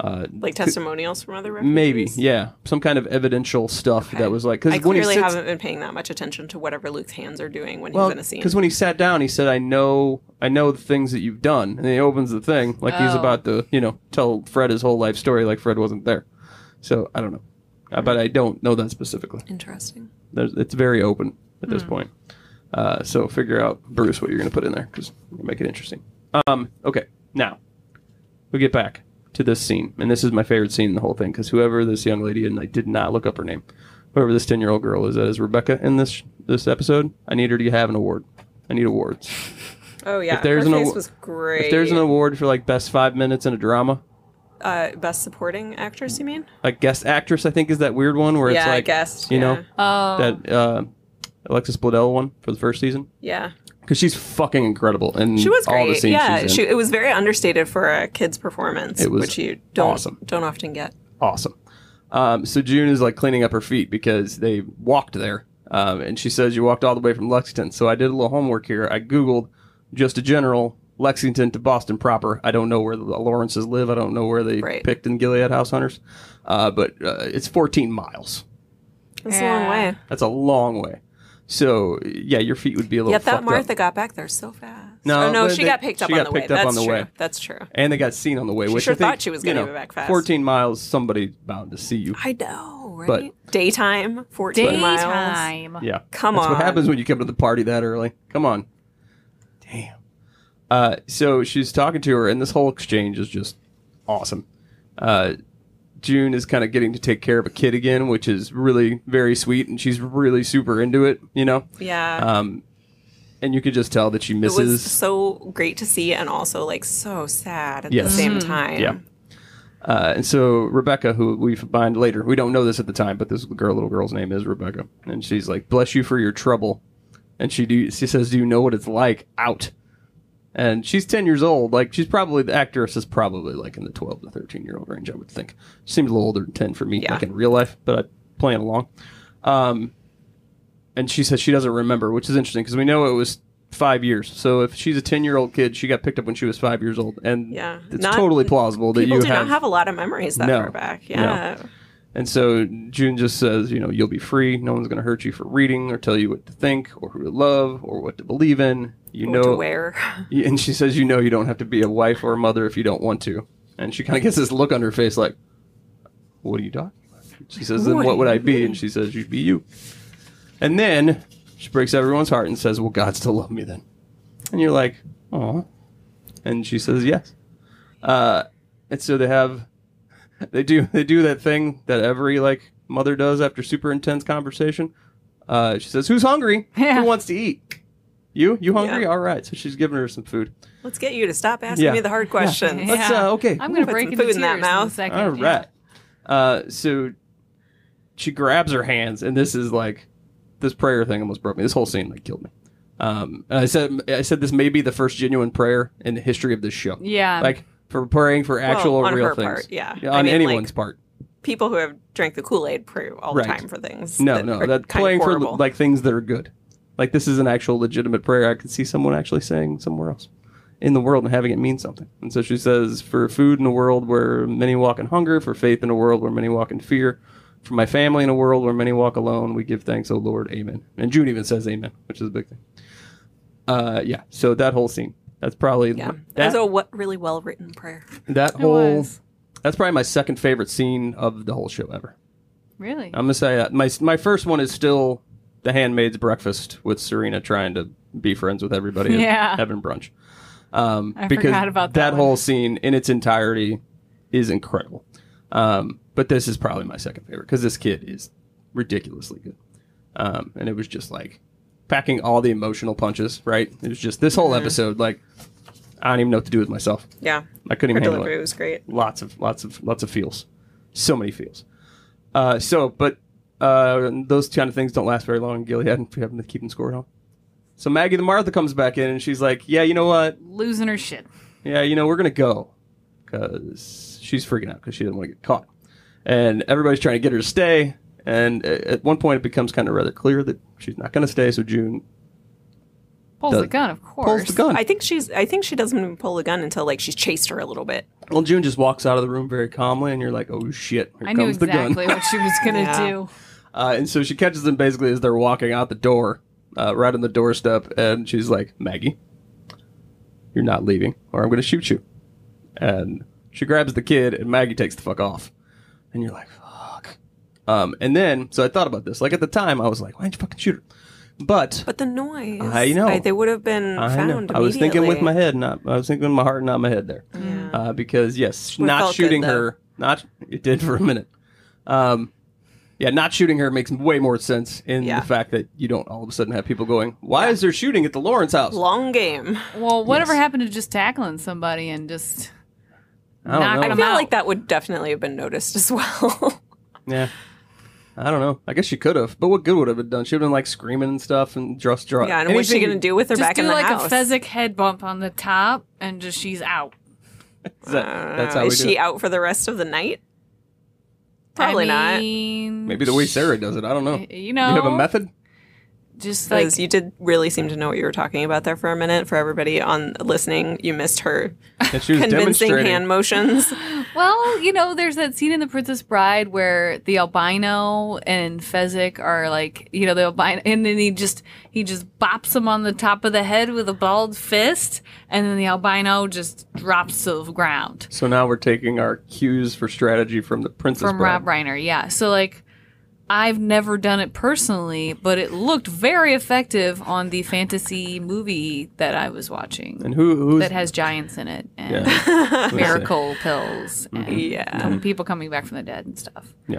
B: Uh,
C: Like testimonials from other refugees?
B: maybe, yeah, some kind of evidential stuff that was like
C: I
B: because when he
C: clearly
B: sits,
C: haven't been paying that much attention to whatever Luke's hands are doing when he's in a scene.
B: because when he sat down, he said, "I know, I know the things that you've done," and he opens the thing like he's
D: Oh.
B: about to, you know, tell Fred his whole life story, like Fred wasn't there. So I don't know, uh, but I don't know that specifically.
C: Interesting.
B: There's, it's very open at this point. Uh, so figure out, Bruce, what you're going to put in there because make it interesting. Um, okay, now we get back to this scene, and this is my favorite scene in the whole thing because whoever this young lady and I did not look up her name, whoever this ten year old girl is, that is Rebecca in this this episode. I need her to have an award. I need awards.
C: Oh yeah,
B: If there's
C: her
B: an
C: face
B: awa-
C: was great.
B: If there's an award for like best five minutes in a drama,
C: uh, best supporting actress, you mean?
B: like guest actress, I think is that weird one where it's
C: Yeah, I
B: like
C: guessed,
B: you
C: yeah.
B: know
D: oh,
B: that uh, Alexis Bledel one for the first season.
C: Yeah,
B: because she's fucking incredible and
C: she was great.
B: all the scenes
C: yeah,
B: she's in.
C: she it was very understated for a kid's performance,
B: It was
C: which you don't
B: awesome.
C: don't often get.
B: awesome um, so june is like cleaning up her feet because they walked there um, and she says you walked all the way from lexington so i did a little homework here i googled just a general lexington to boston proper i don't know where the lawrences live i don't know where they
C: Right.
B: picked in gilead house hunters uh, but uh, it's 14 miles
C: It's a long
D: Yeah.
C: way.
B: that's a long way so yeah your feet would be a little
C: Yet that
B: fucked up.
C: Martha got back there so fast.
B: No,
C: oh, no,
B: but
C: she
B: they-
C: got picked up
B: she
C: on
B: got
C: the way.
B: picked up
C: That's
B: on the
C: true.
B: way.
C: That's true.
B: and they got seen on the way which
C: sure
B: I think,
C: thought she was
B: you
C: gonna
B: know,
C: be back fast.
B: 14 miles somebody's bound to see you
C: I know,
B: But-
C: right? Daytime, fourteen miles.
D: daytime.
B: Yeah.
C: Come
B: That's
C: on.
B: what happens when you come to the party that early. Come on. Damn. Uh, so she's talking to her, and this whole exchange is just awesome. Uh, June is kind of getting to take care of a kid again, which is really very sweet, and she's really super into it, you know.
C: Yeah.
B: Um, and you could just tell that she
C: it
B: misses.
C: was so great to see and also like so sad at the
B: Yes.
C: same time.
B: Yeah. Uh, and so Rebecca, who we find later, we don't know this at the time, but this girl, little girl's name is Rebecca, and she's like, "Bless you for your trouble," and she do she says, "Do you know what it's like out?" And she's ten years old. Like she's probably the actress is probably like in the twelve to thirteen year old range. I would think. She seems a little older than ten for me,
C: Yeah.
B: like in real life, but I'm playing along. Um, and she says she doesn't remember, which is interesting because we know it was five years. So if she's a ten year old kid, she got picked up when she was five years old, and
C: Yeah.
B: it's
C: Not-
B: totally plausible that
C: People
B: you
C: do not have a lot of memories that
B: No.
C: far back.
B: No.
C: Yeah.
B: and so June just says, you know, you'll be free. No one's going to hurt you for reading or tell you what to think or who to love or what to believe in. You
C: What
B: know,
C: to wear.
B: and she says, you know, you don't have to be a wife or a mother if you don't want to. And she kind of gets this look on her face like, what are you talking about? She says, then what would I be? And she says, you'd be you. And then she breaks everyone's heart and says, well, God still loved me then. And you're like, aw. And she says, yes. Uh, and so they have, they do, they do that thing that every like mother does after super intense conversation. Uh, she says, who's hungry?
D: Yeah.
B: Who wants to eat? You? You hungry?
C: Yeah.
B: All right. So she's giving her some food.
C: Let's get you to stop asking
B: Yeah.
C: me the hard
B: Yeah.
C: questions.
B: Let's, uh, okay.
D: I'm
B: Ooh,
D: gonna
B: put
D: break
C: some
D: into
C: food
D: tears
C: in that mouth.
D: In a second.
B: All
D: yeah.
B: right. Uh, so she grabs her hands, and this is like this prayer thing almost broke me. This whole scene like killed me. Um, and I said I said this may be the first genuine prayer in the history of this show.
D: Yeah.
B: Like for praying for actual
C: on
B: real
C: her
B: things.
C: part, yeah.
B: on
C: I mean,
B: anyone's
C: like,
B: part.
C: People who have drank the Kool Aid prove all
B: Right.
C: the time for things.
B: No,
C: that
B: no,
C: are
B: that
C: kind of
B: playing for
C: horrible.
B: like things that are good. Like this is an actual legitimate prayer I could see someone actually saying somewhere else in the world and having it mean something. And so she says, "For food in a world where many walk in hunger, for faith in a world where many walk in fear, for my family in a world where many walk alone, we give thanks, O Lord, Amen." And June even says Amen, which is a big thing. Uh, yeah. So that whole scene. That's probably
C: yeah. That was
B: that,
C: a what really well written prayer.
B: that
D: It
B: whole.
D: was.
B: That's probably my second favorite scene of the whole show ever.
D: Really?
B: I'm gonna say that my my first one is still the Handmaid's Breakfast with Serena trying to be friends with everybody. and
D: Yeah.
B: having brunch. Um,
D: I
B: because
D: forgot about that one.
B: whole scene in its entirety is incredible. Um, but this is probably my second favorite because this kid is ridiculously good, um, and it was just like packing all the emotional punches. Right? It was just this whole episode. Like I don't even know what to do with myself.
C: Yeah.
B: I couldn't
C: Her
B: even handle it
C: delivery was great.
B: lots of lots of lots of feels so many feels uh, so but uh, those kind of things don't last very long in gilead if you happen to keep them score at home so maggie the martha comes back in and she's like yeah you know what
D: Losing her shit.
B: yeah you know we're gonna go because she's freaking out because she doesn't want to get caught and everybody's trying to get her to stay and a- at one point it becomes kind of rather clear that she's not gonna stay so june
D: Pulls
B: Does-
D: the gun, of course.
B: pulls the gun
C: I think she's. I think she doesn't even pull the gun until like she's chased her a little bit.
B: well june just walks out of the room very calmly and you're like oh shit here
D: I knew
B: comes the gun
D: exactly what she was gonna
C: Yeah.
D: do.
B: Uh, and so she catches them basically as they're walking out the door, uh, right on the doorstep, and she's like, Maggie, you're not leaving, or I'm going to shoot you. And she grabs the kid, and Maggie takes the fuck off. And you're like, fuck. Um, and then, so I thought about this. Like at the time, I was like, why didn't you fucking shoot her? But,
C: But the noise.
B: I know.
C: they would have been
B: I, know.
C: found.
B: I was thinking with my
C: immediately.
B: head, not I was thinking with my heart, not my head there.
C: Yeah.
B: Uh, because yes,
C: Well, it
B: not
C: felt good,
B: shooting
C: though.
B: her, not it did for a minute. Um, yeah, not shooting her makes way more sense in
C: Yeah.
B: the fact that you don't all of a sudden have people going, "Why is there shooting at the Lawrence house?"
C: Long game.
D: Well, whatever
B: Yes.
D: happened to just tackling somebody and just
B: I don't
D: Not
B: know.
D: gonna
C: I
D: I'm
C: feel
D: out.
C: like that would definitely have been noticed as well.
B: yeah, I don't know. I guess she could have, but what good would it have done? She would have been like screaming and stuff and just draw.
C: yeah, and what's she
B: anything-
C: gonna do with her
D: just
C: back
D: do
C: in the
D: like
C: house?
D: a pheasant head bump on the top and just she's out.
B: Is that-
C: Uh,
B: that's how we
C: is
B: do.
C: she
B: it.
C: out for the rest of the night? Probably
D: I
C: not.
D: mean,
B: Maybe the way Sarah does it. I don't know.
D: y- you know,
B: you have a method.
D: Just like
C: Because you did really seem to know what you were talking about there for a minute. For everybody on listening, you missed her
B: And she was
C: convincing
B: demonstrating.
C: hand motions.
D: Well, you know, there's that scene in The Princess Bride where the albino and Fezzik are like, you know, the albino, and then he just he just bops him on the top of the head with a bald fist, and then the albino just drops to the ground
B: so now we're taking our cues for strategy from the Princess
D: from
B: Bride.
D: Rob Reiner. Yeah, so like, I've never done it personally, but it looked very effective on the fantasy movie that I was watching
B: And who who's
D: that has giants in it and
B: yeah. Mm-hmm.
D: miracle pills and
C: Yeah.
D: com- people coming back from the dead and stuff.
B: Yeah.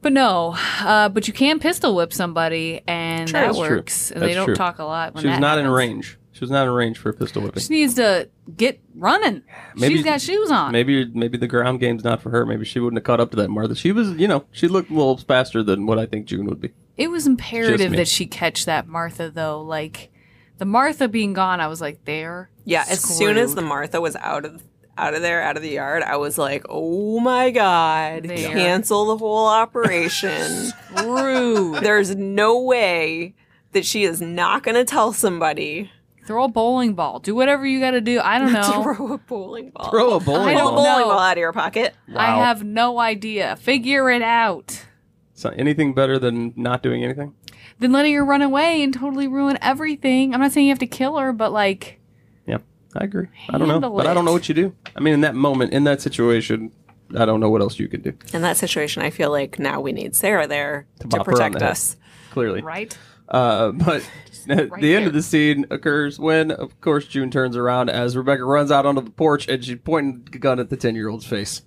D: But no, uh, but you can pistol whip somebody, and
C: True.
D: that
C: That's
B: true.
D: works. And they
B: That's
D: don't
B: true.
D: talk a lot. When
B: She was
D: that
B: not in
D: happens.
B: range. She was not in range for a pistol whipping.
D: She needs to get running.
B: Maybe-
D: She's got shoes on.
B: Maybe maybe the ground game's not for her. Maybe she wouldn't have caught up to that Martha. She was, you know, she looked a little faster than what I think June would be.
D: It was
B: Just
D: imperative
B: me.
D: that she catch that Martha though. Like the Martha being gone, I was like, there.
C: Yeah, as soon as the Martha was out of out of there, out of the yard, I was like, "Oh my god,
D: There.
C: cancel the whole operation.
D: rude,
C: There's no way that she is not going to tell somebody
D: throw a bowling ball, do whatever you got to do. I don't
C: to
D: know.
C: throw a bowling ball.
B: Throw a bowling
D: I
C: Pull a
D: don't
B: ball.
D: know.
C: bowling ball out of your pocket.
D: I
B: Wow.
D: have no idea. Figure it out.
B: So anything better than not doing anything?
D: Then letting her run away and totally ruin everything. I'm not saying you have to kill her, but like,
B: Yeah, I agree. I don't know,
D: Handle
B: but I don't know
D: it.
B: what you do. I mean, in that moment, in that situation, I don't know what else you could do.
C: In that situation, I feel like now we need Sarah there to,
B: bop her on
C: protect
B: the head.
C: us.
B: Clearly,
D: right?
B: Uh, but the end
D: there.
B: of the scene occurs when, of course, June turns around as Rebecca runs out onto the porch and she's pointing the gun at the 10 year old's face.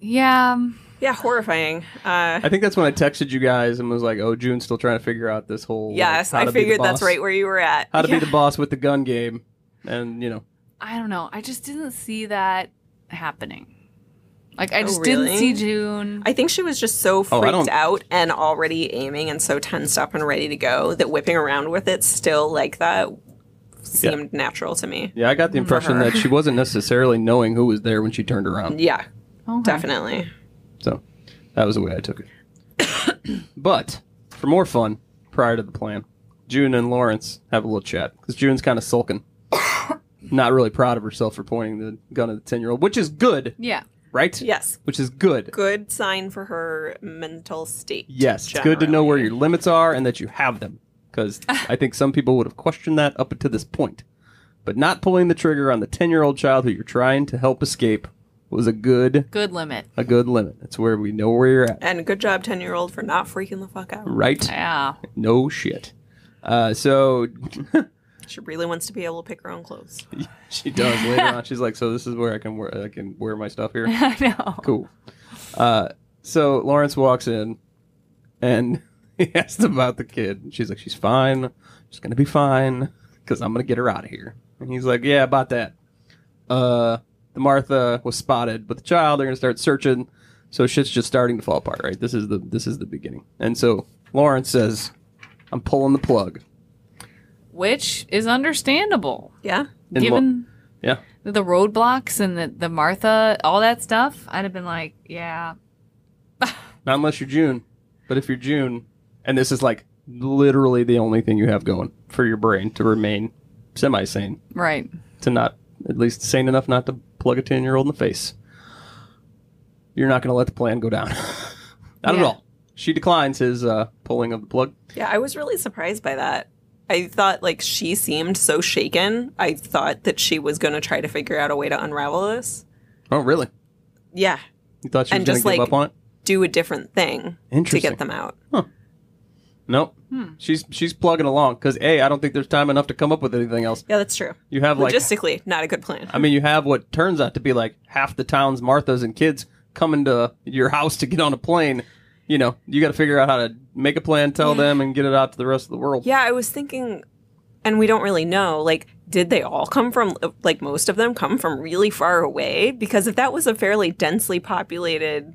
D: Yeah. um,
C: Yeah, horrifying. Uh,
B: I think that's when I texted you guys and was like, oh, June's still trying to figure out this whole. like,
C: yes,
B: how
C: I
B: to be the
C: figured that's
B: boss-
C: right where you were at.
B: How to
D: Yeah.
B: be the boss with the gun game. And, you know,
D: I don't know. I just didn't see that happening. Like
C: Oh,
D: I just
C: really?
D: didn't see June.
C: I think she was just so
B: Oh, I
C: freaked
B: don't-
C: out and already aiming and so tensed up and ready to go that whipping around with it still like that seemed natural to me.
B: yeah, I got the impression
C: her.
B: that she wasn't necessarily knowing who was there when she turned around.
C: Yeah,
D: Okay.
C: definitely.
B: So that was the way I took it. but for more fun, prior to the plan, June and Lawrence have a little chat because June's kind of sulking. Not really proud of herself for pointing the gun at the 10 year old, which is good,
D: Yeah.
B: right?
C: Yes.
B: Which is good.
C: Good sign for her mental state.
B: Yes. It's good to know
C: generally.
B: where your limits are and that you have them because I think some people would have questioned that up to this point. But not pulling the trigger on the 10 year old child who you're trying to help escape was a good
D: Good limit.
B: a good limit. That's where we know where you're at.
C: And good job, 10 year old, for not freaking the fuck out.
B: Right?
D: Yeah.
B: No shit. Uh, so
C: She really wants to be able to pick her own clothes.
B: she does later on. She's like, "So this is where I can wear I can wear my stuff here."
D: I know.
B: Cool. Uh, so Lawrence walks in, and he asks about the kid. And she's like, "She's fine. She's gonna be fine because I'm gonna get her out of here." And he's like, "Yeah, about that." Uh, the Martha was spotted with the child. They're gonna start searching. So shit's just starting to fall apart. Right. This is the this is the beginning. And so Lawrence says, "I'm pulling the plug."
D: Which is understandable.
C: Yeah?
B: And Lo-
D: given
B: yeah.
D: the roadblocks and the, the Martha, all that stuff, I'd have been like, yeah,
B: Not unless you're June. But if you're June, and this is like literally the only thing you have going for your brain to remain semi sane,
D: right.
B: to not, at least sane enough not to plug a 10 year old in the face, you're not going to let the plan go down. not at
D: Yeah.
B: all. She declines his uh, pulling of the plug.
C: Yeah, I was really surprised by that. I thought like she seemed so shaken. I thought that she was going to try to figure out a way to unravel this.
B: Oh, really?
C: Yeah,
B: You thought she was going
C: And
B: to
C: just,
B: give
C: like-
B: up on it?
C: do a different thing to
B: Interesting.
C: get them out.
B: Nope.
C: Hmm.
B: She's she's plugging along because a I don't think there's time enough to come up with anything else.
C: Yeah, that's true.
B: You have like
C: Logistically, not a good plan.
B: I mean, you have what turns out to be like half the town's Marthas and kids coming to your house to get on a plane. You know, you got to figure out how to make a plan, tell them, and get it out to the rest of the world.
C: yeah, I was thinking, and we don't really know. Like, did they all come from, like, most of them come from really far away? Because if that was a fairly densely populated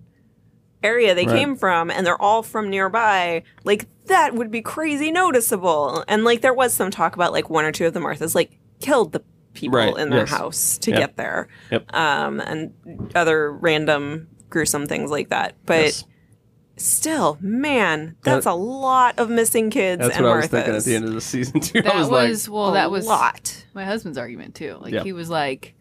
C: area they
B: Right.
C: came from and they're all from nearby, like, that would be crazy noticeable. And, like, there was some talk about, like, one or two of the Marthas, like, killed the people
B: Right,
C: in their
B: yes.
C: house to
B: Yep.
C: get there.
B: Yep.
C: Um, and other random gruesome things like that. But
B: Yes.
C: still, man, that's
B: That-
C: a lot of missing kids
B: that's what
C: and
B: I was
C: Marthas.
B: thinking at the end of the season too.
D: That
B: I was,
D: was,
B: like,
D: well, that was
C: a lot.
D: my husband's argument too. Like
B: Yeah.
D: he was like,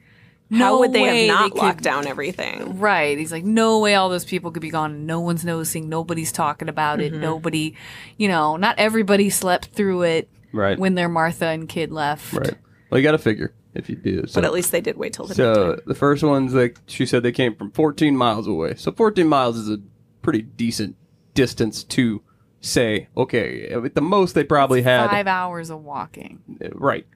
C: How
D: no
C: would they
D: way
C: have not
D: they could-
C: locked down everything?
D: Right. He's like, no way all those people could be gone. No one's noticing. Nobody's talking about it. Nobody, you know, not everybody slept through it
B: right,
D: when their Martha and kid left.
B: right. Well, you got to figure if you do. So,
C: But at least they did wait till the
B: so
C: nighttime.
B: the first one's like she said they came from 14 miles away. So 14 miles is a pretty decent distance to say, okay, at the most they probably had
D: Five hours of walking.
B: right.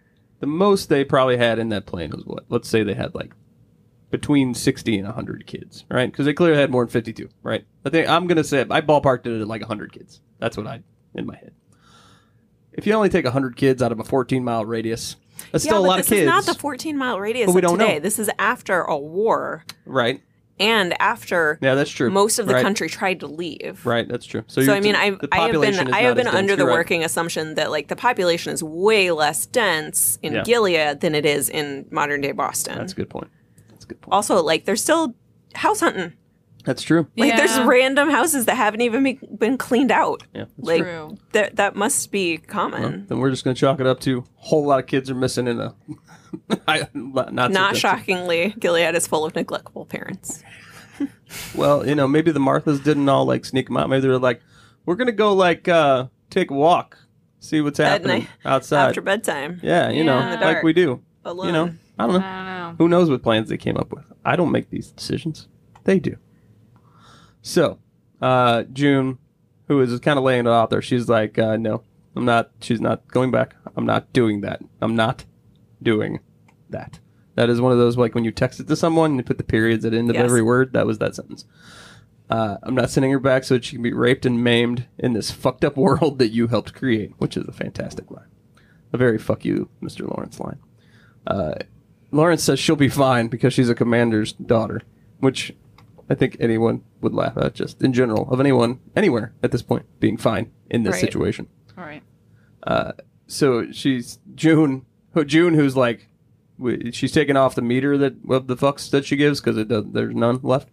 B: The most they probably had in that plane was what? Let's say they had like between 60 and 100 kids, right? Because they clearly had more than 52, right? I think I'm gonna say I ballparked it at like 100 kids. That's what I in my head. If you only take 100 kids out of a 14 mile radius, that's
C: yeah,
B: still a
C: but
B: lot
C: this
B: of kids,
C: is not the 14 mile radius
B: But we
C: of
B: don't know.
C: today. This is after a war
B: right?
C: and after
B: Yeah, that's true.
C: most of the
B: Right.
C: country tried to leave.
B: right? That's true. So,
C: So
B: you're-
C: I mean, I,
B: the
C: I have
B: population is
C: been I
B: not
C: have been
B: as dense.
C: under the
B: You're right.
C: working assumption that like the population is way less dense in
B: Yeah.
C: Gilead than it is in modern day Boston.
B: That's a good point. That's a good point.
C: Also, like they're still house hunting.
B: That's true.
C: Like there's
D: Yeah.
C: random houses that haven't even be- been cleaned out.
B: Yeah.
C: like
D: True.
C: that that must be
B: Well,
C: common.
B: then we're just going to chalk it up to a whole lot of kids are missing in a I- not, so
C: Not
B: dense-
C: shockingly, Gilead is full of neglectful parents.
B: Well, you know, maybe the Marthas didn't all like sneak them out. Maybe they were like, we're going to go like uh take a walk, see what's
C: At
B: happening
C: night.
B: outside.
C: After bedtime,
B: yeah, you know,
D: Yeah. In the
B: like
C: dark.
B: we do.
C: alone.
B: You know, I don't know.
D: I don't know.
B: Who knows what plans they came up with? I don't make these decisions. They do. So, uh, June, who is kind of laying it out there, she's like, uh, no, I'm not. She's not going back. I'm not doing that. I'm not doing that. That is one of those, like, when you text it to someone and you put the periods at the end of
C: Yes.
B: every word. That was that sentence. Uh, I'm not sending her back so that she can be raped and maimed in this fucked up world that you helped create, which is a fantastic line. A very fuck you, Mr. Lawrence line. Uh, Lawrence says she'll be fine because she's a commander's daughter, which I think anyone would laugh at just in general of anyone anywhere at this point being fine in this
D: Right.
B: situation.
D: All right.
B: So she's June, who June who's like w- she's taking off the meter that of the fucks that she gives because it does, there's none left.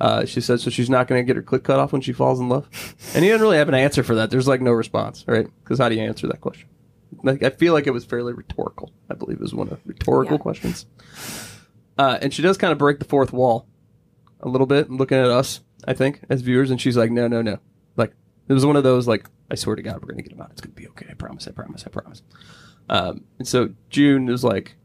B: Uh, she says so she's not going to get her clit cut off when she falls in love, and he doesn't really have an answer for that. There's like no response, right? Because how do you answer that question? Like I feel like it was fairly rhetorical. I believe it was one of rhetorical
C: Yeah.
B: questions. Uh, and she does kind of break the fourth wall a little bit, looking at us, I think, as viewers, and she's like, "No, no, no." Like it was one of those like, "I swear to God, we're gonna get him out. It's gonna be okay. I promise. I promise. I promise." Um, and so June is like,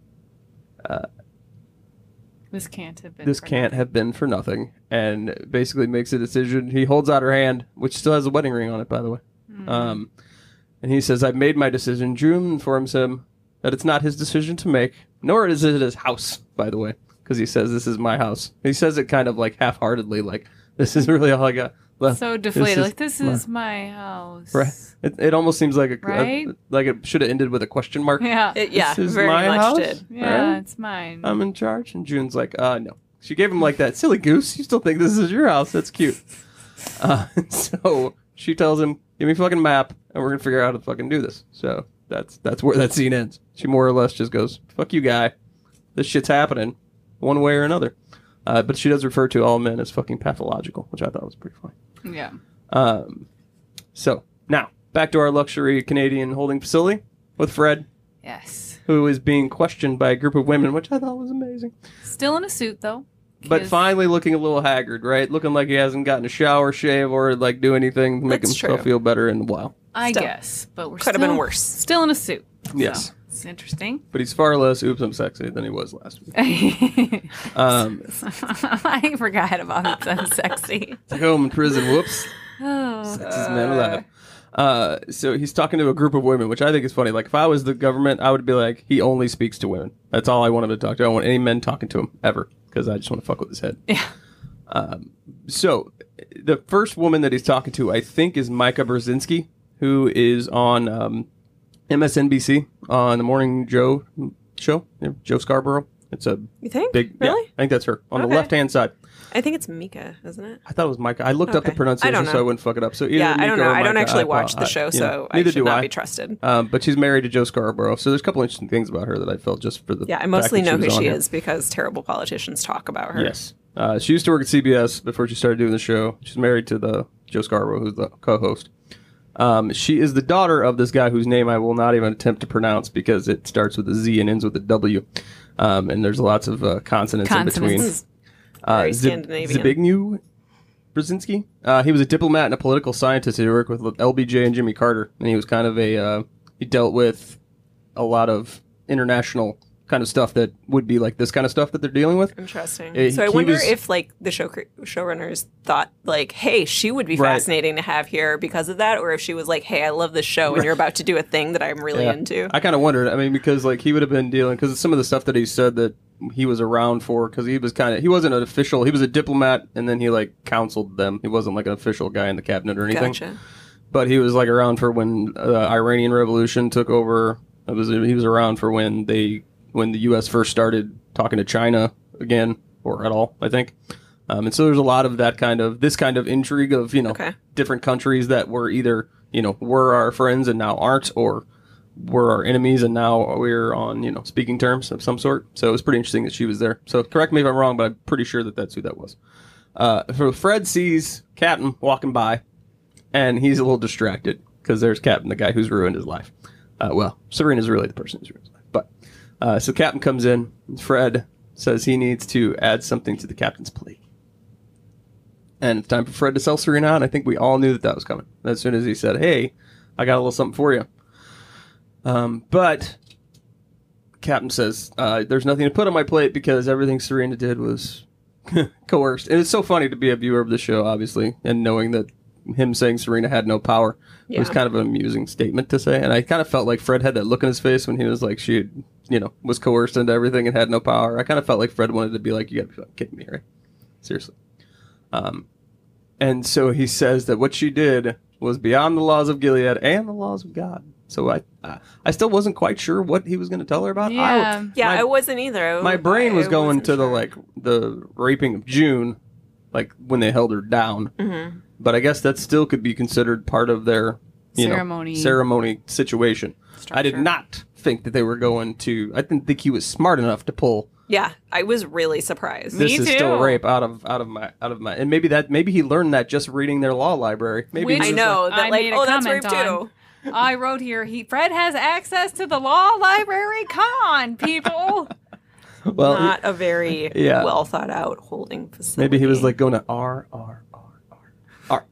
D: This can't have been.
B: this
D: for
B: can't have been for nothing and basically makes a decision he holds out her hand which still has a wedding ring on it by the way
D: Hmm.
B: um, and he says i've made my decision june informs him that it's not his decision to make nor is it his house by the way because he says this is my house he says it kind of like half-heartedly like this is really all i got left
D: So deflated.
B: is
D: like this
B: my-
D: is my house.
B: right it, it almost seems like a, a-
D: Right?
B: like it should have ended with a question mark
D: Yeah.
C: It- yeah,
B: This is
C: very
B: my
C: much
B: house?
C: did.
D: yeah,
B: Right? Um,
D: it's mine.
B: I'm in charge. And June's like, uh, no. She gave him like that silly goose. You still think this is your house? That's cute. Uh, so she tells him, give me a fucking map, and we're gonna figure out how to fucking do this. So that's that's where that scene ends. She more or less just goes, fuck you, guy. This shit's happening, one way or another. Uh, but she does refer to all men as fucking pathological, which I thought was pretty funny.
D: yeah.
B: So now back to our luxury Canadian holding facility with Fred,
D: Yes.
B: who is being questioned by a group of women, which I thought was amazing.
D: Still in a suit though.
B: But
D: 'cause-
B: finally looking a little haggard, right? Looking like he hasn't gotten a shower, shave, or like do anything to make
C: That's
B: himself
C: true.
B: feel better in a while.
D: I
C: Still.
D: guess, but we're
C: Could have
D: still-
C: been worse.
D: Still in a suit.
B: Yes.
D: So, it's interesting.
B: But he's far less oops I'm sexy than he was last week.
D: I
B: Um,
D: forgot about it. I'm sexy.
B: it's like home in prison. Whoops.
D: Oh,
B: Sexiest man alive. Uh, so he's talking to a group of women, which I think is funny. Like if I was the government, I would be like, he only speaks to women. That's all I want him to talk to. I don't want any men talking to him ever because I just want to fuck with his head. Um,
D: yeah.
B: So, the first woman that he's talking to, I think, is Micah Brzezinski, who is on um, MSNBC on the Morning Joe show. Yeah, Joe Scarborough. It's a
C: You think?
B: big. yeah,
C: really?
B: I think that's her on the
C: Okay.
B: left hand side.
C: I think it's Mika, isn't it?
B: I thought it was Micah. I looked up the
C: Okay. I don't
B: pronunciation so I
C: know.
B: wouldn't fuck it up. So either
C: Yeah, I
B: Micah
C: don't know.
B: or
C: I don't
B: Micah,
C: actually
B: I
C: watch
B: apo-
C: the
B: I-
C: show,
B: you know,
C: so I
B: neither
C: should
B: do
C: not
B: I.
C: be trusted.
B: Um, but she's married to Joe Scarborough, so there's a couple interesting things about her that I felt just for the
C: Yeah, I
B: fact
C: mostly
B: that
C: know who
B: was on
C: she
B: here.
C: is because terrible politicians talk about her.
B: Yes. Uh, she used to work at CBS before she started doing the show. She's married to the Joe Scarborough, who's the co-host. Um, she is the daughter of this guy whose name I will not even attempt to pronounce because it starts with a Z and ends with a W, um, and there's lots of uh, consonants, in between.
D: Consonants.
B: Uh,
C: Very
B: Zb-
C: Scandinavian.
B: Zbigniew Brzezinski. Uh, he was a diplomat and a political scientist who worked with LBJ and Jimmy Carter, and he was kind of a uh, he dealt with a lot of international kind of stuff that would be like this kind of stuff that they're dealing with.
C: Interesting.
B: Uh,
C: so I
B: he
C: wonder
B: was-
C: if like the show cr- showrunners thought like, "Hey, she would be
B: Right.
C: fascinating to have here because of that," or if she was like, "Hey, I love this show, and you're about to do a thing that I'm really
B: Yeah.
C: into."
B: I kind of wondered. I mean, because like he would have been dealing because some of the stuff that he said that he was around for because he was kind of he wasn't an official. He was a diplomat, and then he like counseled them. He wasn't like an official guy in the cabinet or anything.
C: Gotcha.
B: But he was like around for when uh, Iranian Revolution took over. It was he was around for when they when the U.S. first started talking to China again or at all. I think. Um, and so there's a lot of that kind of this kind of intrigue of you know
C: Okay.
B: different countries that were either you know were our friends and now aren't or were our enemies and now we're on you know speaking terms of some sort. So it was pretty interesting that she was there. So correct me if I'm wrong, but I'm pretty sure that that's who that was. Uh, so Fred sees Captain walking by, and he's a little distracted because there's Captain, the guy who's ruined his life. Uh, well, Serena's really the person who's ruined his life. But uh, so Captain comes in. and Fred says he needs to add something to the captain's plate. And it's time for Fred to sell Serena out. I think we all knew that that was coming as soon as he said, "Hey, I got a little something for you." Um, but Captain says, uh, "There's nothing to put on my plate because everything Serena did was coerced." And it's so funny to be a viewer of the show, obviously, and knowing that him saying Serena had no power was
C: Yeah.
B: kind of an amusing statement to say. And I kind of felt like Fred had that look in his face when he was like, "She, had, you know, was coerced into everything and had no power." I kind of felt like Fred wanted to be like, "You got to be fucking kidding me, right?" Seriously. Um, And so he says that what she did was beyond the laws of Gilead and the laws of God. So I, I, I still wasn't quite sure what he was going to tell her about.
D: Yeah.
B: I,
C: Yeah,
B: my,
C: I wasn't either. I-
B: my brain was
C: I
B: going
C: wasn't
B: to the
C: sure.
B: like the raping of June, like when they held her down.
C: Mhm.
B: But I guess that still could be considered part of their you
D: Ceremony.
B: know, ceremony situation. I did
D: Structure.
B: not think that they were going to. I didn't think he was smart enough to pull
C: Yeah, I was really surprised.
B: this
D: Me
B: is still
D: too.
B: rape out of out of my out of my and maybe that maybe he learned that just reading their law library maybe
D: Which-
B: he
C: I
B: was
C: know
B: like,
C: that
D: I
C: like,
D: made a
C: oh, that's rape
D: comment
C: too.
D: on- I wrote here. He Fred has access to the law library. Come on, people.
B: well
C: Not a very
B: Yeah.
C: well thought out holding facility.
B: maybe he was like going to r r r r r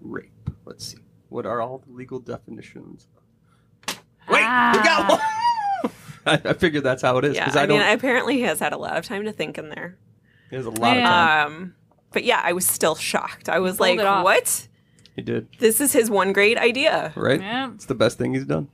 B: rape let's see what are all the legal definitions wait we got
D: Ah.
B: one I, I figured that's how it is
C: yeah.
B: because
C: I,
B: I, don't
C: mean, apparently he has had a lot of time to think in there.
B: there's a lot of
D: Yeah.
B: time
C: Um, but yeah, I was still shocked. I was
D: pulled
C: like,
D: it off.
C: what?
B: he did
C: This is his one great idea.
B: right
D: Yeah.
B: It's the best thing he's done.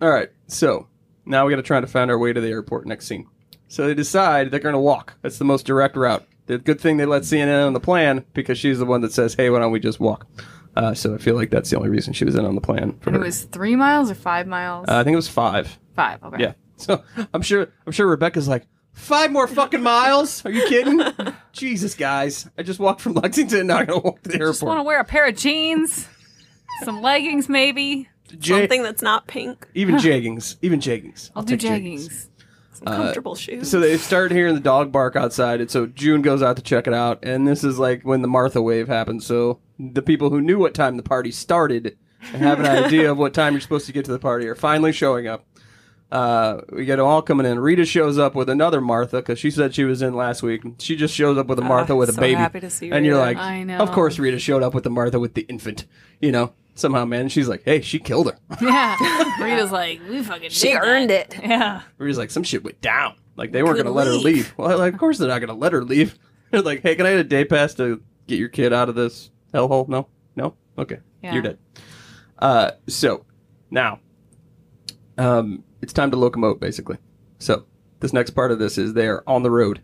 B: All right, so now we got to try to find our way to the airport. Next scene. So they decide they're going to walk. That's the most direct route. The good thing they let CNN on the plan because she's the one that says, "Hey, why don't we just walk?" Uh, so I feel like that's the only reason she was in on the plan. For
D: And it
B: her.
D: was three miles or five miles?
B: Uh, I think it was five.
D: five. Okay.
B: Yeah. So I'm sure. I'm sure Rebecca's like. Five more fucking miles? Are you kidding? Jesus, guys! I just walked from Lexington. Now I gotta walk to the
D: Just want to
B: airport.
D: wear a pair of jeans, some leggings, maybe.
B: Ja-
C: Something that's not pink.
B: even jeggings, even jeggings.
D: I'll, do
B: take
D: jeggings.
C: Some comfortable shoes.
B: Uh, So they start hearing the dog bark outside, and so June goes out to check it out. And this is like when the Martha wave happened. So the people who knew what time the party started and have an idea of what time you're supposed to get to the party are finally showing up. Uh, we get them all coming in. Rita shows up with another Martha because she said she was in last week. She just shows up with a Martha with a
C: Ah, so
B: baby.
C: happy to see
B: and you're like,
C: Rita.
D: I know.
B: of course Rita showed up with the Martha with the infant. You know, somehow, man. She's like, hey, she killed her.
D: Yeah. Rita's like, we fucking.
C: she
D: did that."
C: earned it.
D: Yeah.
B: We were just like, some shit went down. Like they weren't
C: Couldn't
B: gonna let her
C: leave.
B: leave. Well, like, of course they're not gonna let her leave. They're like, hey, can I get a day pass to get your kid out of this hellhole? No, no, okay,
D: Yeah.
B: you're dead. Uh, so now, um, it's time to locomote basically. So this next part of this is they are on the road,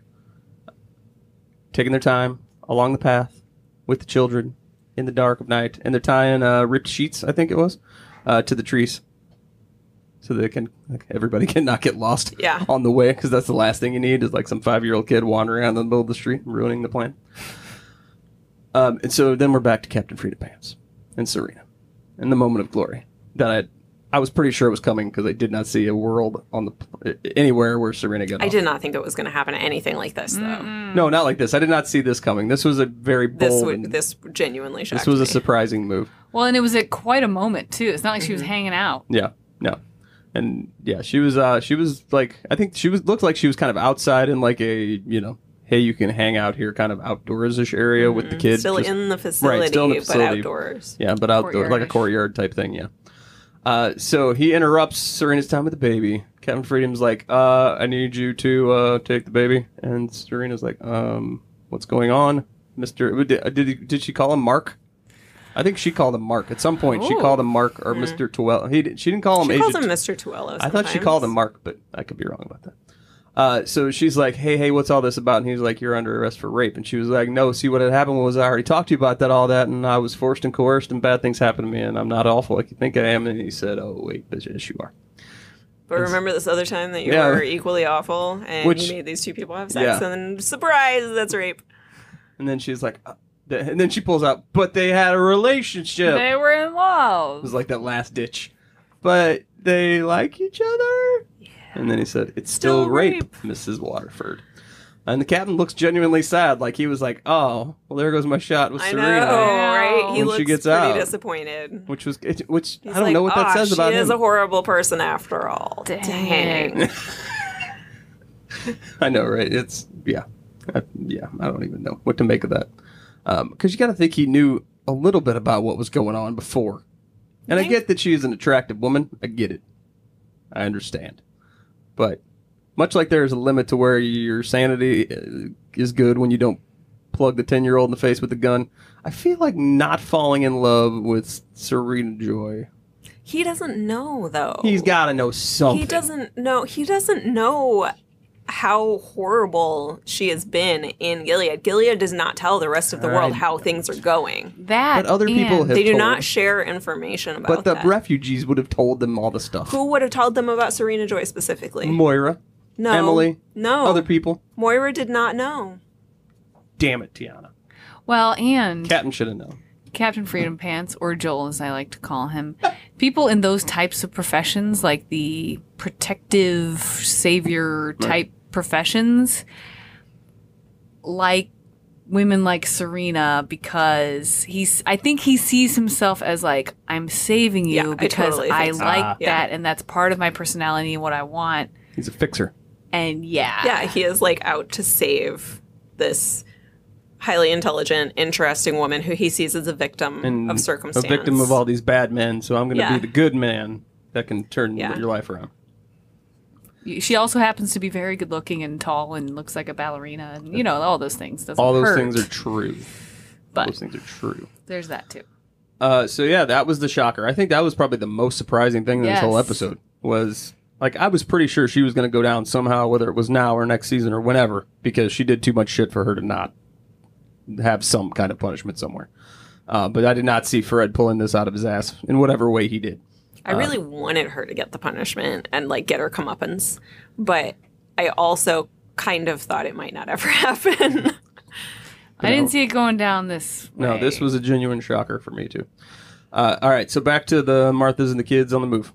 B: taking their time along the path with the children in the dark of night, and they're tying uh, ripped sheets, I think it was, uh, to the trees. So they can like, everybody cannot get lost
C: Yeah.
B: on the way because that's the last thing you need is like some five year old kid wandering out in the middle of the street and ruining the plan. Um, and so then we're back to Captain Frida Pants and Serena and the moment of glory that I I was pretty sure it was coming because I did not see a world on the pl- anywhere where Serena got.
C: I
B: off.
C: did not think it was going to happen anything like this, though.
B: No, not like this. I did not see this coming. This was a very bold.
C: This w-
B: and-
C: this genuinely shocked
B: this was
C: me.
B: a surprising move.
D: Well, and it was at quite a moment too. It's not like she
C: Mm-hmm.
D: was hanging out.
B: Yeah, no, and yeah, she was. Uh, she was like, I think she was looked like she was kind of outside in like a you know, hey, you can hang out here, kind of outdoorsish area with the kids.
C: Mm-hmm. still
B: just-
C: in the facility,
B: still in the facility.
C: but outdoors.
B: yeah, but outdoor, like a
D: Courtyardish.
B: courtyard type thing. Yeah. Uh, so he interrupts Serena's time with the baby. Captain Freedom's like, uh, I need you to uh, take the baby. And Serena's like, um, what's going on? Mr. Did, uh, did, did she call him Mark? I think she called him Mark. At some point, she
D: Oh.
B: called him Mark or Mr. Twello. He, did- she didn't call him
C: Hmm. She
B: Agent
C: calls him Mr. Tuello.
B: I thought she
C: sometimes.
B: called him Mark, but I could be wrong about that. Uh, so she's like, "Hey, hey, what's all this about?" And he's like, "You're under arrest for rape." And she was like, "No, see, what had happened was I already talked to you about that, all that, and I was forced and coerced, and bad things happened to me, and I'm not awful like you think I am." And he said, "Oh, wait, bitch, yes, you are."
C: But remember this other time that you
B: Yeah.
C: were equally awful and
B: Which-
C: you made these two people have sex
B: Yeah.
C: and then surprise, that's rape.
B: And then she's like, uh, th- and then she pulls out, "But they had a relationship."
D: They were in
B: It
D: love.
B: was like that last ditch, but they like each other. And then he said, "It's still,
D: Still
B: rape,
D: rape.
B: Mrs. Waterford." And the captain looks genuinely sad, like he was like, "Oh, well, there goes my shot with
C: I
B: Serena."
C: know, right? He
B: When she
C: looks
B: gets
C: pretty
B: out.
C: disappointed.
B: which was it, which
C: He's
B: I don't
C: like,
B: know what that
C: "Ah,
B: says
C: she
B: about
C: is
B: him.
C: a horrible person after all.
D: Dang.
C: Dang.
B: I know, right? It's yeah, I, yeah. I don't even know what to make of that because you got to think he knew a little bit about what was going on before. And I
C: Right.
B: get that she is an attractive woman. I get it. I understand, but much like there is a limit to where your sanity uh, is good when you don't plug the ten-year-old in the face with a gun, I feel like not falling in love with Serena Joy.
C: he doesn't know though.
B: He's got to know something.
C: He doesn't know. He doesn't know how horrible she has been in Gilead. Gilead does not tell the rest of the world
B: I-
C: how things are going.
D: that
B: But other people
D: and-
B: have-
C: They do
B: told.
C: not share information about
B: But the
C: that.
B: refugees would have told them all the stuff.
C: Who would have told them about Serena Joy specifically?
B: Moira,
C: no,
B: Emily,
C: No,
B: other people.
C: Moira did not know.
B: Damn it, Tiana.
D: Well, and
B: Captain should have known.
D: Captain Freedom Pants, or Joel as I like to call him, people in those types of professions, like the protective savior type professions, like women like Serena because he's I think he sees himself as like I'm saving you
C: Yeah, I
D: because I,
C: totally think so.
D: like
B: Ah.
C: Yeah.
D: that and that's part of my personality and what I want
B: He's a fixer.
D: and yeah
C: Yeah, he is like out to save this highly intelligent, interesting woman who he sees as a victim
B: And
C: of circumstance.
B: A victim of all these bad men, so I'm going to
C: Yeah.
B: be the good man that can turn
C: Yeah.
B: your life around.
D: she also happens to be very good looking and tall and looks like a ballerina and you know all those things doesn't
B: All those
D: hurt,
B: things are true.
D: but
B: Those things are true.
D: There's that too.
B: Uh, so yeah, that was the shocker. I think that was probably the most surprising thing in this whole
D: Yes.
B: episode was like I was pretty sure she was going to go down somehow, whether it was now or next season or whenever, because she did too much shit for her to not have some kind of punishment somewhere. Uh, but I did not see Fred pulling this out of his ass in whatever way he did.
C: I really
B: uh,
C: wanted her to get the punishment and like get her comeuppance, but I also kind of thought it might not ever happen.
D: I didn't see it going down this.
B: No,
D: way.
B: this was a genuine shocker for me too. Uh, all right, so back to the Marthas and the kids on the move.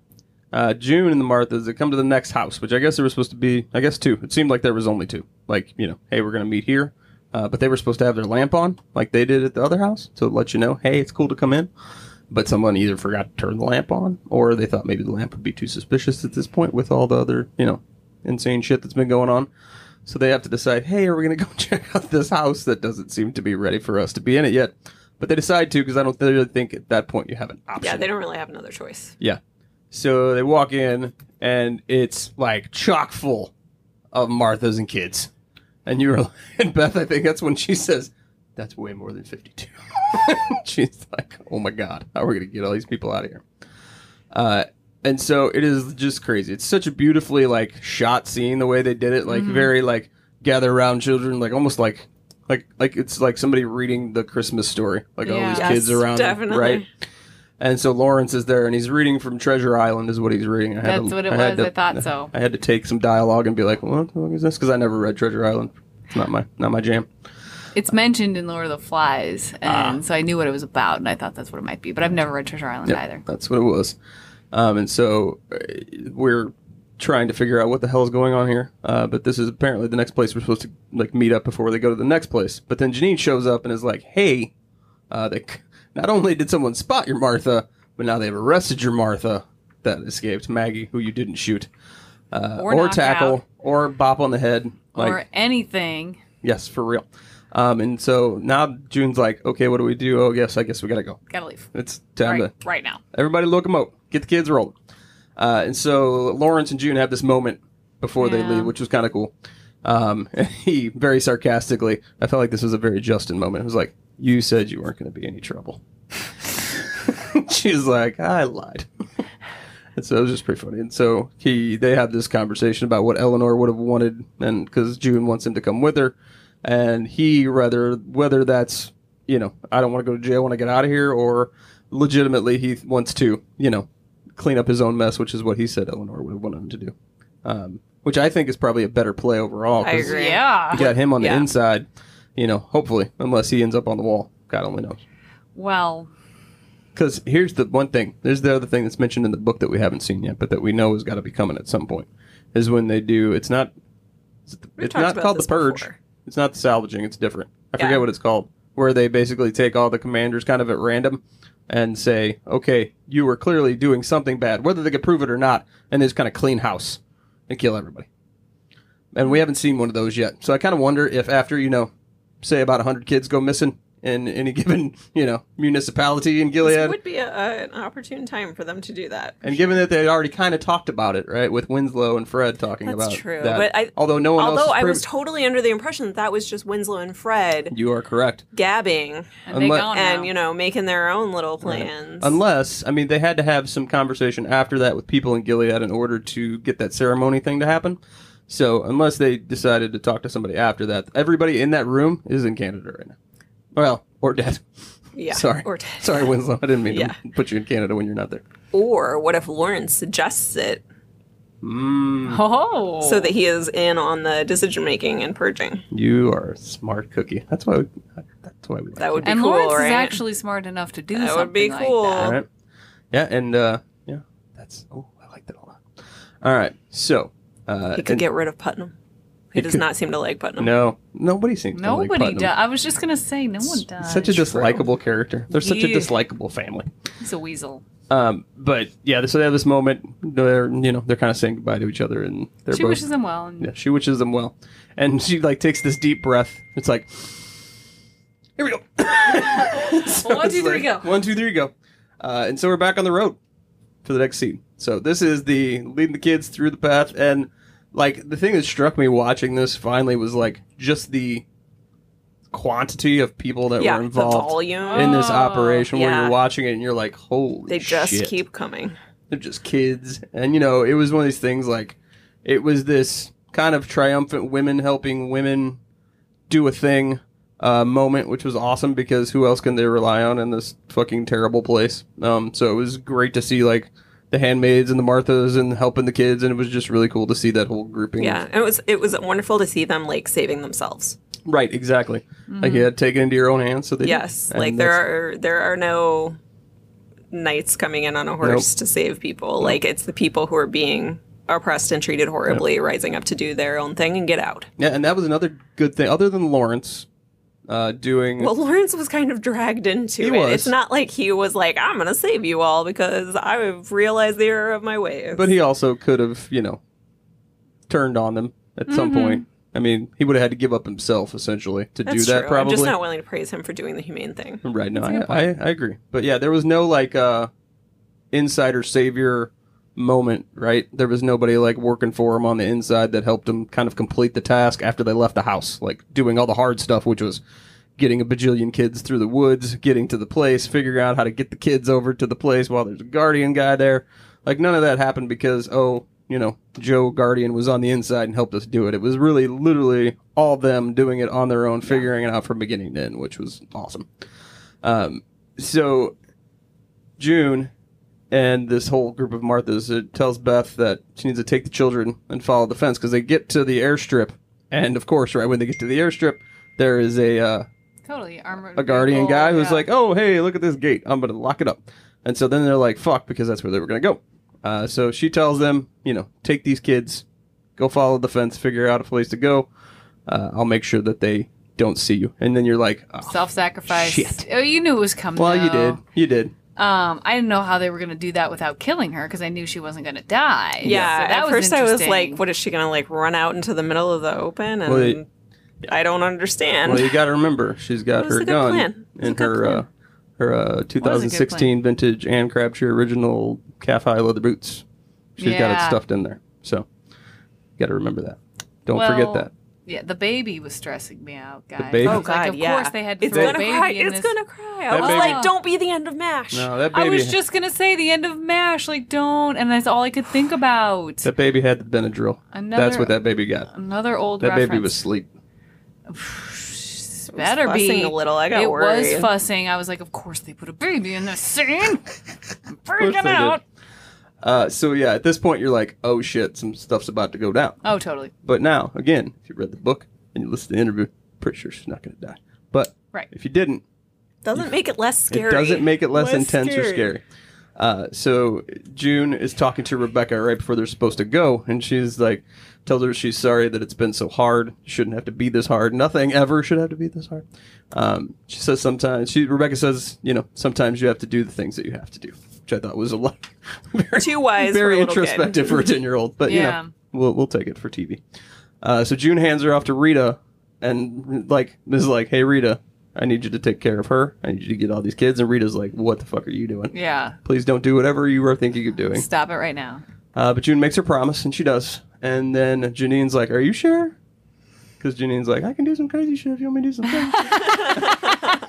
B: Uh, June and the Marthas they come to the next house, which I guess there was supposed to be. I guess two. It seemed like there was only two. Like you know, hey, we're gonna meet here, uh, but they were supposed to have their lamp on, like they did at the other house, to let you know, hey, it's cool to come in. But someone either forgot to turn the lamp on, or they thought maybe the lamp would be too suspicious at this point with all the other you know insane shit that's been going on. So they have to decide, hey, are we going to go check out this house that doesn't seem to be ready for us to be in it yet? But they decide to because I don't really think at that point you have an option.
C: yeah, they don't really have another choice.
B: Yeah. So they walk in and it's like chock full of Marthas and kids. And you were and Beth, I think that's when she says, That's way more than fifty two. She's like, Oh my god, how are we gonna get all these people out of here? Uh and so it is just crazy. It's such a beautifully like shot scene the way they did it, like
D: Mm-hmm.
B: very like gather around children, like almost like like like it's like somebody reading the Christmas story. Like all
D: Yeah.
B: these
D: Yes,
B: kids around them,
C: definitely.
B: right? And so Lawrence is there, and he's reading from Treasure Island, is what he's reading. I had
D: That's
B: to-
D: what it
B: had
D: was. I thought so.
B: I had to take some dialogue and be like, "What the fuck is this?" Because I never read Treasure Island. It's not my not my jam.
D: It's mentioned in Lord of the Flies,
B: Ah.
D: and so I knew what it was about, and I thought that's what it might be. But I've never read Treasure Island either.
B: That's what it was. Um, and so uh, we're trying to figure out what the hell is going on here. Uh, but this is apparently the next place we're supposed to like meet up before they go to the next place. But then Janine shows up and is like, "Hey, uh, they, c- not only did someone spot your Martha, but now they've arrested your Martha that escaped Maggie, who you didn't shoot, uh,
D: Or knock
B: tackle,
D: out.
B: or bop on the head, like
D: or anything.
B: Yes, for real. Um, and so now June's like, okay, what do we do? Oh, yes, I guess we gotta go.
D: Gotta leave.
B: It's time
D: Right,
B: to
D: right now.
B: Everybody look 'em up. Get the kids rolling. Uh, and so Lawrence and June have this moment before they
D: Yeah.
B: leave, which was kind of cool. Um, and he very sarcastically, I felt like this was a very Justin moment. It was like, "You said you weren't going to be any trouble." She's like, "I lied." and so it was just pretty funny. And so he, they have this conversation about what Eleanor would have wanted, and because June wants him to come with her, and he rather whether that's you know, I don't want to go to jail when I get out of here, or legitimately he wants to, you know, clean up his own mess, which is what he said Eleanor would have wanted him to do. Um, which I think is probably a better play overall.
C: I
B: 'cause
C: agree.
D: Yeah.
B: You got him on the
C: Yeah.
B: inside, you know, hopefully, unless he ends up on the wall. God only knows.
D: Well,
B: Because here's the one thing. There's the other thing that's mentioned in the book that we haven't seen yet, but that we know has got to be coming at some point. Is when they do. It's not. It's,
C: We've
B: it's
C: talked
B: not
C: about
B: called the
C: this
B: purge.
C: before.
B: It's not the salvaging. It's different. I
C: Yeah.
B: forget what it's called. Where they basically take all the commanders kind of at random and say, "Okay, you were clearly doing something bad, whether they could prove it or not," and they just kind of clean house and kill everybody. And we haven't seen one of those yet. So I kind of wonder if after you know, say about hundred kids go missing in any given you know municipality in Gilead,
C: This would be a, a, an opportune time for them to do that.
B: and given that they had already kind of talked about it, right, with Winslow and Fred talking
C: That's
B: about
C: true,
B: that.
C: but I-
B: although no one else,
C: Although
B: has
C: I was
B: proved-
C: totally under the impression that that was just Winslow and Fred
B: you are correct.
C: gabbing
D: and they
B: Unless-
D: gone
C: and,
D: now.
C: you know, making their own little plans.
B: Um, Unless, I mean, they had to have some conversation after that with people in Gilead in order to get that ceremony thing to happen. So unless they decided to talk to somebody after that, everybody in that room is in Canada right now. Well, or dead.
C: yeah.
B: Sorry,
C: Or, dead.
B: sorry, Winslow. I didn't mean
C: Yeah.
B: to put you in Canada when you're not there.
C: or what if Lawrence suggests it
B: Mm,
D: Oh.
C: so that he is in on the decision making and purging?
B: you are a smart cookie. That's why. We, that's why we. Like
C: That
B: you.
C: would be
D: and
C: cool,
D: Lawrence
C: right?
D: is actually smart enough to do
C: That
D: something
C: would be
D: like
C: cool.
D: that.
B: All right. Yeah, and uh, yeah, that's. Oh, I like that a lot. All right, so uh,
C: he could
B: and-
C: get rid of Putnam.
B: He
C: He does
B: could-
C: not seem to like Putnam.
B: no. Nobody seems to like
D: Nobody
B: Putnam.
D: does. I was just gonna say, no one does.
B: Such a dislikable character. They're such a
D: Yeah.
B: dislikable family.
D: He's a weasel.
B: Um, but yeah, so they have this moment. They're you know they're kind of saying goodbye to each other, and they're
D: She
B: both.
D: wishes him well. And
B: yeah, she wishes them well, and she like takes this deep breath. It's like, here we go. So
D: Well, one,
B: it's
D: two, three,
B: like,
D: go.
B: One, two, three, go. Uh, and so we're back on the road for the next scene. So this is the leading the kids through the path, and like the thing that struck me watching this finally was like just the quantity of people that
C: yeah,
B: were
C: the
B: involved
C: volume.
B: in this
D: Oh,
B: operation where
C: yeah.
B: you're watching it and you're like, holy
C: they just
B: shit.
C: keep coming.
B: They're just kids. And, you know, it was one of these things like, it was this kind of triumphant women helping women do a thing uh, moment, which was awesome because who else can they rely on in this fucking terrible place? Um, so it was great to see, like, the handmaids and the Marthas and helping the kids. And it was just really cool to see that whole grouping.
C: Yeah, and it was it was wonderful to see them like saving themselves.
B: Right, exactly. Like, you had to take it into your own hands. So they did.
C: Mm-hmm. Yes,
B: And
C: like there are there are no knights coming in on a horse to save people. Like it's the people who are being oppressed and treated horribly rising up to do their own thing and get out.
B: Yeah, and that was another good thing. Other than Lawrence uh, doing,
C: Well, Lawrence was kind of dragged into
B: He
C: it.
B: was.
C: It's not like he was like, "I'm going to save you all because I've realized the error of my ways."
B: but he also could have, you know, turned on them at some
C: Mm-hmm.
B: point. I mean, he would have had to give up himself essentially to
C: That's
B: do that.
C: true.
B: Probably
C: I'm just not willing to praise him for doing the humane thing.
B: right. No, I, I, I agree. But yeah, there was no like uh, insider savior moment. Right, there was nobody like working for him on the inside that helped him kind of complete the task after they left the house, like doing all the hard stuff, which was. Getting a bajillion kids through the woods, getting to the place, figuring out how to get the kids over to the place while there's a guardian guy there. Like none of that happened because oh, you know, Joe Guardian was on the inside and helped us do it. It was really literally all them doing it on their own, figuring it out from beginning to end, which was awesome. Um, so June and this whole group of Marthas it tells Beth that she needs to take the children and follow the fence because they get to the airstrip, and of course, right when they get to the airstrip, there is a uh,
D: Totally armored.
B: a guardian
D: vehicle,
B: guy who's
D: yeah.
B: like, "Oh, hey, look at this gate. I'm gonna lock it up." And so then they're like, "Fuck," because that's where they were gonna go. Uh, so she tells them, you know, take these kids, go follow the fence, figure out a place to go. Uh, I'll make sure that they don't see you. And then you're like, oh,
D: self-sacrifice.
B: Shit.
D: Oh, you knew it was coming.
B: "Well, you
D: though.
B: did, you did."
D: Um, I didn't know how they were going to do that without killing her because I knew she wasn't going to die.
C: Yeah,
D: So that
C: at
D: was
C: first I was
D: interesting.
C: like, "What is she going to like run out into the middle of the open?" And
B: Well, it-
C: I don't understand.
B: Well, you got to remember, she's got
C: It was
B: her
C: a good
B: gun
C: plan. It was
B: and
C: a good
B: her
C: plan.
B: uh, her uh, 2016 vintage Ann Crabtree original calf high leather boots. She's got it
D: Yeah.
B: stuffed in there, so got to remember that. Don't
D: Well,
B: forget that.
D: Yeah, the baby was stressing me out, guys.
B: baby-
D: I
C: oh
D: was like,
C: God,
D: of
C: yeah.
D: course they had to
C: it's
D: throw a
C: gonna
D: baby
C: cry.
D: in
C: It's
D: this.
C: gonna cry. I
B: That
C: was
B: baby-
C: like, don't be the end of Mash.
B: No, that
D: I
B: baby.
D: was just gonna say the end of Mash, like don't, and that's all I could think about.
B: that baby had the Benadryl. That's
D: Another-
B: what that baby got.
D: Another old
B: That
D: reference.
B: baby was asleep.
D: It better
C: fussing
D: be
C: a little. I got
D: it
C: worried.
D: was fussing. I was like, of course they put a baby in this scene. I'm
B: course
D: freaking
B: they did.
D: out.
B: Uh, so yeah, at this point you're like, oh shit, some stuff's about to go down.
D: Oh, totally.
B: But now, again, if you read the book and you listen to the interview, pretty sure she's not going to die. But
D: Right.
B: if you didn't,
C: Doesn't make it less scary.
B: It doesn't make it less,
C: Less
B: intense or scary. Uh, so June is talking to Rebecca right before they're supposed to go, and she's like, tells her she's sorry that it's been so hard. Shouldn't have to be this hard. Nothing ever should have to be this hard. Um, she says sometimes she Rebecca says, you know, sometimes you have to do the things that you have to do, which I thought was a lot very,
C: Too wise for
B: very
C: a little kid.
B: introspective for a ten year old. But
D: Yeah.
B: you know, we'll we'll take it for TV. Uh, so June hands her off to Rita, and like is like, "Hey Rita, I need you to take care of her. I need you to get all these kids." And Rita's like, "What the fuck are you doing?
D: Yeah.
B: Please don't do whatever you are thinking of doing."
D: Stop it right now.
B: Uh, but June makes her promise, and she does. And then Janine's like, "Are you sure?" Because Janine's like, "I can do some crazy shit if you want me to do some things."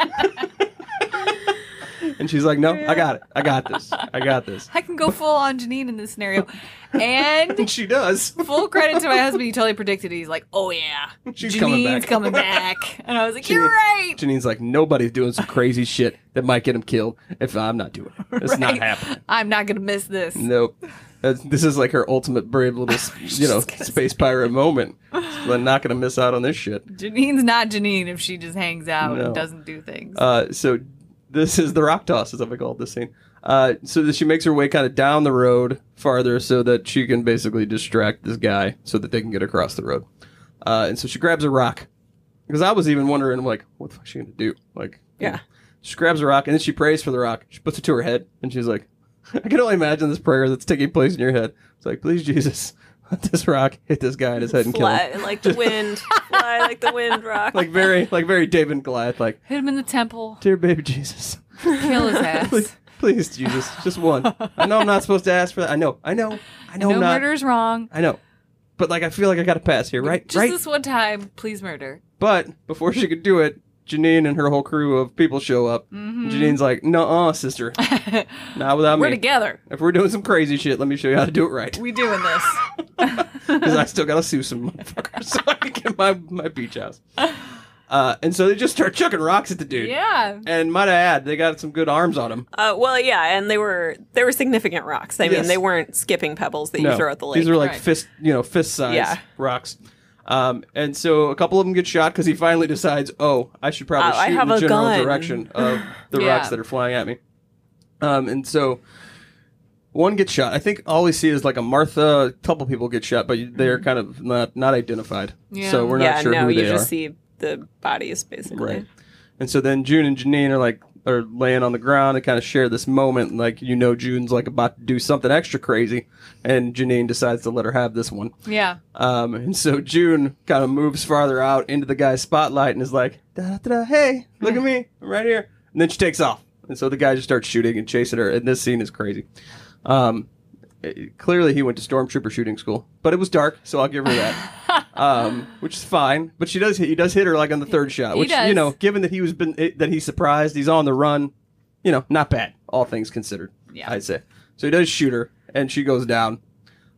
B: and she's like, "No, I got it. I got this. I got this."
D: I can go full on Janine in this scenario. And
B: And she does.
D: full credit to my husband, he totally predicted it. He's like, oh yeah.
B: She's
D: Janine's
B: coming back.
D: coming back. And I was like, you're
B: Janine-
D: right.
B: Janine's like, nobody's doing some crazy shit that might get him killed if I'm not doing it. It's not
D: Right.
B: happening.
D: I'm not going to miss this.
B: Nope. That's- this is like her ultimate brave little, s- you know, space pirate moment. I'm not gonna miss out on this shit.
D: Janine's not Janine if she just hangs out
B: No.
D: and doesn't do things.
B: Uh, so this is the rock toss, as I've called this scene. Uh, so that she makes her way kind of down the road farther, so that she can basically distract this guy, so that they can get across the road. Uh, and so she grabs a rock, because I was even wondering, like, what the fuck is she gonna do? Like,
C: Yeah.
B: She grabs a rock and then she prays for the rock. She puts it to her head and she's like, I can only imagine this prayer that's taking place in your head. It's like, please, Jesus, let this rock hit this guy in his head and kill him.
C: Fly like the wind. Fly like the wind. Rock.
B: Like very, like very David and Goliath. Like,
D: Hit him in the temple,
B: dear baby Jesus,
D: kill his
B: please,
D: ass.
B: please, Jesus, just one. I know I'm not supposed to ask for that. I know, I know, I know,
D: no
B: I'm not.
D: murder's wrong.
B: I know, but like I feel like I got to pass here, right?
D: Just
B: right.
D: this one time, please murder.
B: But before she could do it, Janine and her whole crew of people show up. Janine's like, "No, uh, sister, not without
D: Mm-hmm. We're
B: me.
D: together.
B: If we're doing some crazy shit, let me show you how to do it right.
D: We doing this.
B: Because I still gotta sue some motherfuckers so I can get my, my beach house. Uh, and so they just start chucking rocks at the dude.
D: yeah.
B: And might I add, they got some good arms on him.
C: Uh, well, yeah, and they were they were significant rocks. I
B: Yes.
C: mean, they weren't skipping pebbles that you throw at the lake.
B: These are like
D: Right.
B: fist, you know, fist size
C: Yeah.
B: rocks. Um, and so a couple of them get shot because he finally decides, oh, I should probably
C: Oh, I
B: shoot in
C: have
B: the
C: a
B: general
C: gun."
B: direction of the
D: Yeah.
B: rocks that are flying at me. Um, and so one gets shot. I think all we see is like a Martha. A couple people get shot, but they're kind of not not identified.
D: Yeah.
B: So we're
C: Mm-hmm. yeah,
B: not sure
C: no,
B: who
C: you
B: they
C: just
B: are.
C: see the bodies basically.
B: Right. And so then June and Janine are like are laying on the ground and kind of share this moment. and, Like you know, June's like about to do something extra crazy, and Janine decides to let her have this one.
D: Yeah.
B: Um, and so June kind of moves farther out into the guy's spotlight and is like, da, da, da, "Hey, look at me, I'm right here." And then she takes off, and so the guy just starts shooting and chasing her. And this scene is crazy. Um, it- clearly, he went to stormtrooper shooting school, but it was dark, so I'll give her that. um, which is fine, but she does he does hit her like on the third shot,
D: He
B: which you
D: does.
B: know, given that he was been eh, that he's surprised, he's on the run, you know, not bad, all things considered.
D: Yeah.
B: I'd say. So he does shoot her, and she goes down.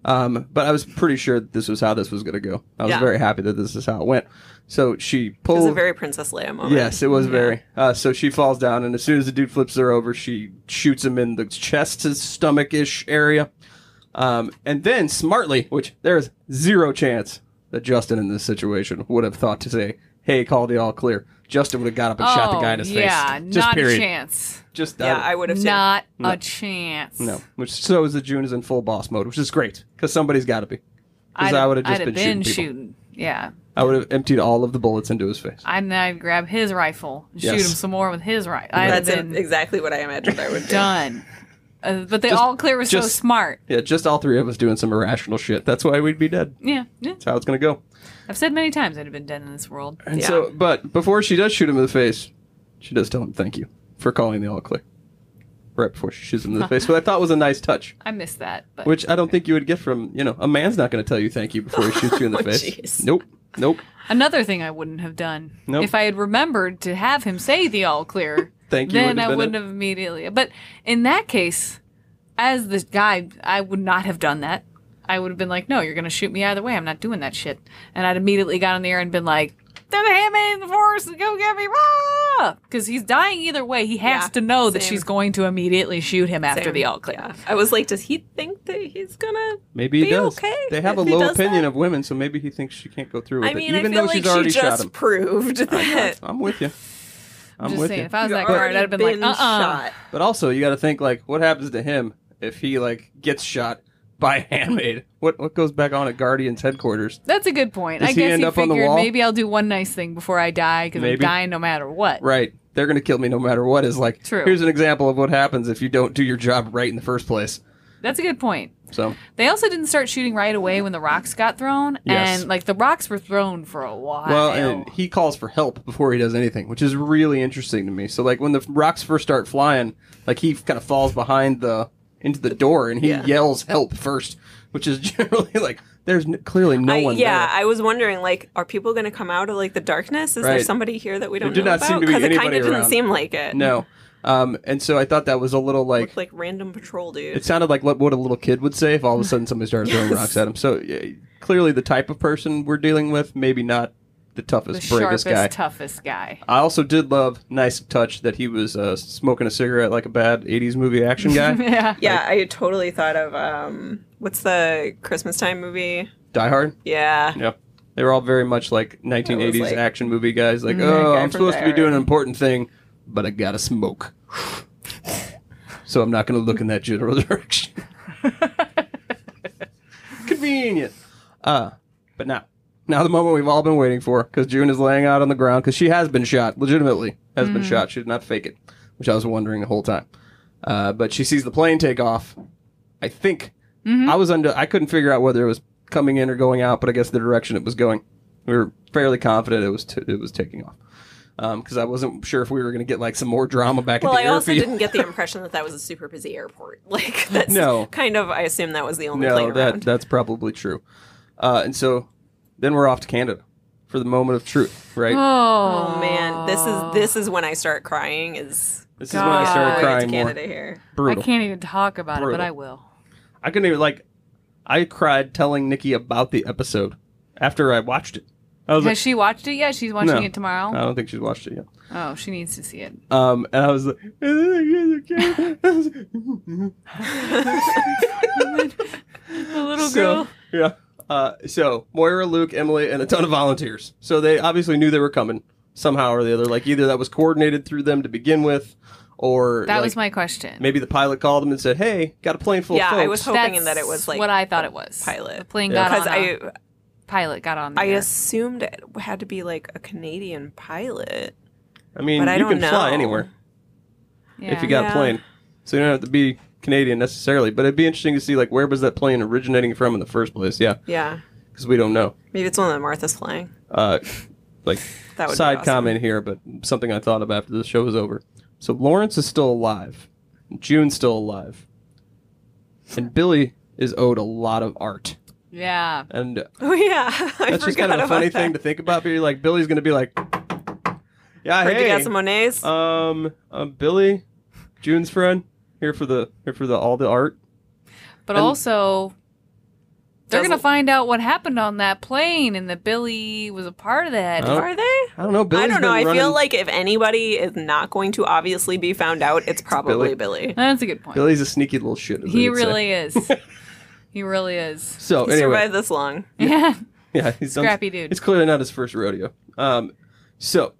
B: Um, but I was pretty sure that this was how this was going to go. I was
C: Yeah.
B: very happy that this is how it went. So she
C: It
B: pulls.
C: was a very Princess Leia moment.
B: yes, it was very. Uh, so she falls down, and as soon as the dude flips her over, she shoots him in the chest, his stomach ish area. Um, and then smartly, which there is zero chance that Justin in this situation would have thought to say, "Hey, call the all clear." Justin would have got up and shot the guy in
C: Oh,
B: his
D: Oh, yeah,
B: face.
D: not
B: period.
D: a chance.
B: Just
C: Yeah,
B: uh,
C: I would have too.
D: Not a chance.
B: no, which so is the June is in full boss mode, which is great because somebody's got to be. Because
D: I'd,
B: I would have
D: I'd
B: just
D: have
B: been, shooting, people.
D: Yeah.
B: I would have emptied all of the bullets into his face.
D: And then I'd grab his rifle and shoot
B: Yes.
D: him some more with his rifle. I'd have
C: That's
D: been
C: exactly what I imagined I would do.
D: done. Uh, but they all clear was so
B: just-
D: smart.
B: Yeah, just all three of us doing some irrational shit. That's why we'd be dead.
D: Yeah. yeah.
B: That's how it's gonna go.
D: I've said many times I'd have been dead in this world.
B: And so, but before she does shoot him in the face, she does tell him thank you for calling the all clear. Right before she shoots him in the face, what I thought was a nice touch,
D: I missed that. But
B: which I don't think you would get from you know a man's not going to tell you thank you before he shoots you in the
C: Oh,
B: face.
C: jeez.
B: Nope, nope.
D: another thing I wouldn't have done
B: Nope.
D: if I had remembered to have him say the all clear.
B: Thank you
D: Then
B: would have
D: I
B: been
D: wouldn't
B: it.
D: have immediately. But in that case, as the guy, I would not have done that. I would have been like, "No, you're going to shoot me either way. I'm not doing that shit." And I'd immediately got on the air and been like, "Then hand me the force and go get me!" Because he's dying either way. He has
C: Yeah,
D: to know that
C: same.
D: she's going to immediately shoot him after
C: Same.
D: the all clear.
C: Yeah. I was like, does he think that he's gonna?
B: Maybe he
C: Be
B: does.
C: okay
B: They have a
C: if he
B: low
C: does
B: opinion
C: that?
B: of women, so maybe he thinks she can't go through with
C: I mean,
B: it,
C: I
B: even
C: feel
B: though
C: like
B: she's already
C: she
B: shot
C: just
B: him.
C: proved that.
B: I'm with you. I'm
D: I'm just
B: with
D: saying,
B: you.
D: if I was
C: He's
D: that
C: already
D: guard, I'd have been like,
C: been
D: "Uh, uh
C: shot.
B: But also, you got to think like, what happens to him if he like gets shot by a handmaid? What what goes back on at Guardian's headquarters?
D: That's a good point.
B: Does
D: I
B: he
D: guess
B: end
D: he
B: up on the
D: figured
B: wall?
D: maybe I'll do one nice thing before I die because I'm
B: Maybe.
D: dying no matter what.
B: Right, they're gonna kill me no matter what. Is like,
D: True.
B: here's an example of what happens if you don't do your job right in the first place.
D: That's a good point.
B: So
D: They also didn't start shooting right away when the rocks got thrown,
B: Yes.
D: and like the rocks were thrown for a while.
B: Well, and he calls for help before he does anything, which is really interesting to me. So, like when the rocks first start flying, like he kind of falls behind the into the door and he
C: Yeah.
B: yells help first, which is generally like there's n- clearly no
C: I,
B: one.
C: yeah,
B: there.
C: I was wondering, like, are people going to come out of like the darkness? Is there
B: Right.
C: somebody here that we don't
B: did
C: know
B: not seem
C: about?
B: to be
C: it kind
B: anybody
C: of didn't
B: around.
C: seem like it.
B: no. Um, and so I thought that was a little like
C: looked like random patrol dude.
B: it sounded like what what a little kid would say if all of a sudden somebody started throwing
C: Yes.
B: rocks at him. So yeah, clearly the type of person we're dealing with, maybe not the
D: the
B: toughest, bravest
D: sharpest,
B: guy.
D: toughest guy.
B: I also did love nice touch that he was uh, smoking a cigarette like a bad '80s movie action guy.
D: yeah.
C: yeah, I totally thought of um, what's the Christmas time movie?
B: Die Hard.
C: Yeah,
B: Yeah, they were all very much like 1980s
C: like- "Mm,
B: action movie guys. Like,
C: that
B: oh,
C: guy
B: I'm
C: from
B: supposed to be
C: Die
B: doing an
C: Hard."
B: important thing, but I gotta smoke, so I'm not gonna look in that general direction. Convenient. Uh, but now, now the moment we've all been waiting for, because June is laying out on the ground because she has been shot, legitimately has
C: Mm.
B: been shot. She did not fake it, which I was wondering the whole time. Uh, but she sees the plane take off. I think
C: Mm-hmm.
B: I was under. I couldn't figure out whether it was coming in or going out, but I guess the direction it was going. We were fairly confident it was t- it was taking off because I wasn't sure if we were going to get like some more drama back
C: Well,
B: at
C: I
B: the
C: also
B: airfield.
C: didn't get the impression that that was a super busy airport. Like that's
B: No.
C: kind of. I assume that was the only plane
B: no, that
C: around.
B: that's probably true. Uh, and so then we're off to Canada for the moment of truth, right?
D: Oh,
C: oh man, this is this is when I start crying. Is
B: this is when I started
D: God.
B: crying
C: to
B: more.
C: Canada here?
B: Brutal.
D: I can't even talk about it, but
B: Brutal.
D: I will.
B: I couldn't even like. I cried telling Nikki about the episode after I watched it. I was
D: Has
B: like,
D: she watched it yet? She's watching
B: No. Uh.
D: it tomorrow.
B: I don't think she's watched it yet.
D: Oh, she needs to see it.
B: Um, and I was like,
D: The little
B: so,
D: girl.
B: yeah. Uh, so Moira, Luke, Emily, and a ton of volunteers. So they obviously knew they were coming somehow or the other. Like either that was coordinated through them to begin with, or
D: That
B: like,
D: was my question.
B: maybe the pilot called them and said, "Hey, got a plane full
C: yeah,
B: of folks."
C: I was hoping that it was like
D: what I thought it was.
C: pilot.
D: The plane
B: Yeah.
D: got
C: because
D: on. I,
C: I
D: pilot got on. The
C: I
D: air.
C: assumed it had to be like a Canadian pilot.
B: I mean,
C: but I
B: you
C: don't
B: can fly
C: know.
B: anywhere
D: Yeah.
B: if you got
C: Yeah.
B: a plane, so you don't have to be Canadian necessarily. But it'd be interesting to see like where was that plane originating from in the first place? Yeah,
C: Yeah,
B: because we don't know.
C: maybe it's one that Martha's flying.
B: uh, like
C: That would be
B: side
C: awesome.
B: comment here, but something I thought of after the show was over. So Lawrence is still alive, June's still alive, and Billy is owed a lot of art.
D: Yeah.
B: And
C: Oh yeah, I
B: that's just
C: forgot
B: kind of a
C: about
B: funny
C: that.
B: thing to think about. But you're like Billy's gonna be like, yeah,
C: Heard you
B: hey,
C: got some Monets.
B: um, um, Billy, June's friend here for the here for the all the art.
D: But
B: And-
D: also, they're
C: Doesn't-
D: going to find out what happened on that plane and that Billy was a part of that.
B: Oh.
C: Are they?
B: I don't know. Billy's
C: I don't know.
B: been
C: I feel
B: running-
C: like if anybody is not going to obviously be found out, it's probably Billy.
D: That's a good point.
B: Billy's a sneaky little shit. as
D: he
B: they would say.
D: really is. he really is.
B: So
C: He
B: Oh, anyway,
C: survived this long.
D: Yeah.
B: Yeah, he's done-
D: Scrappy dude.
B: It's clearly not his first rodeo. Um, so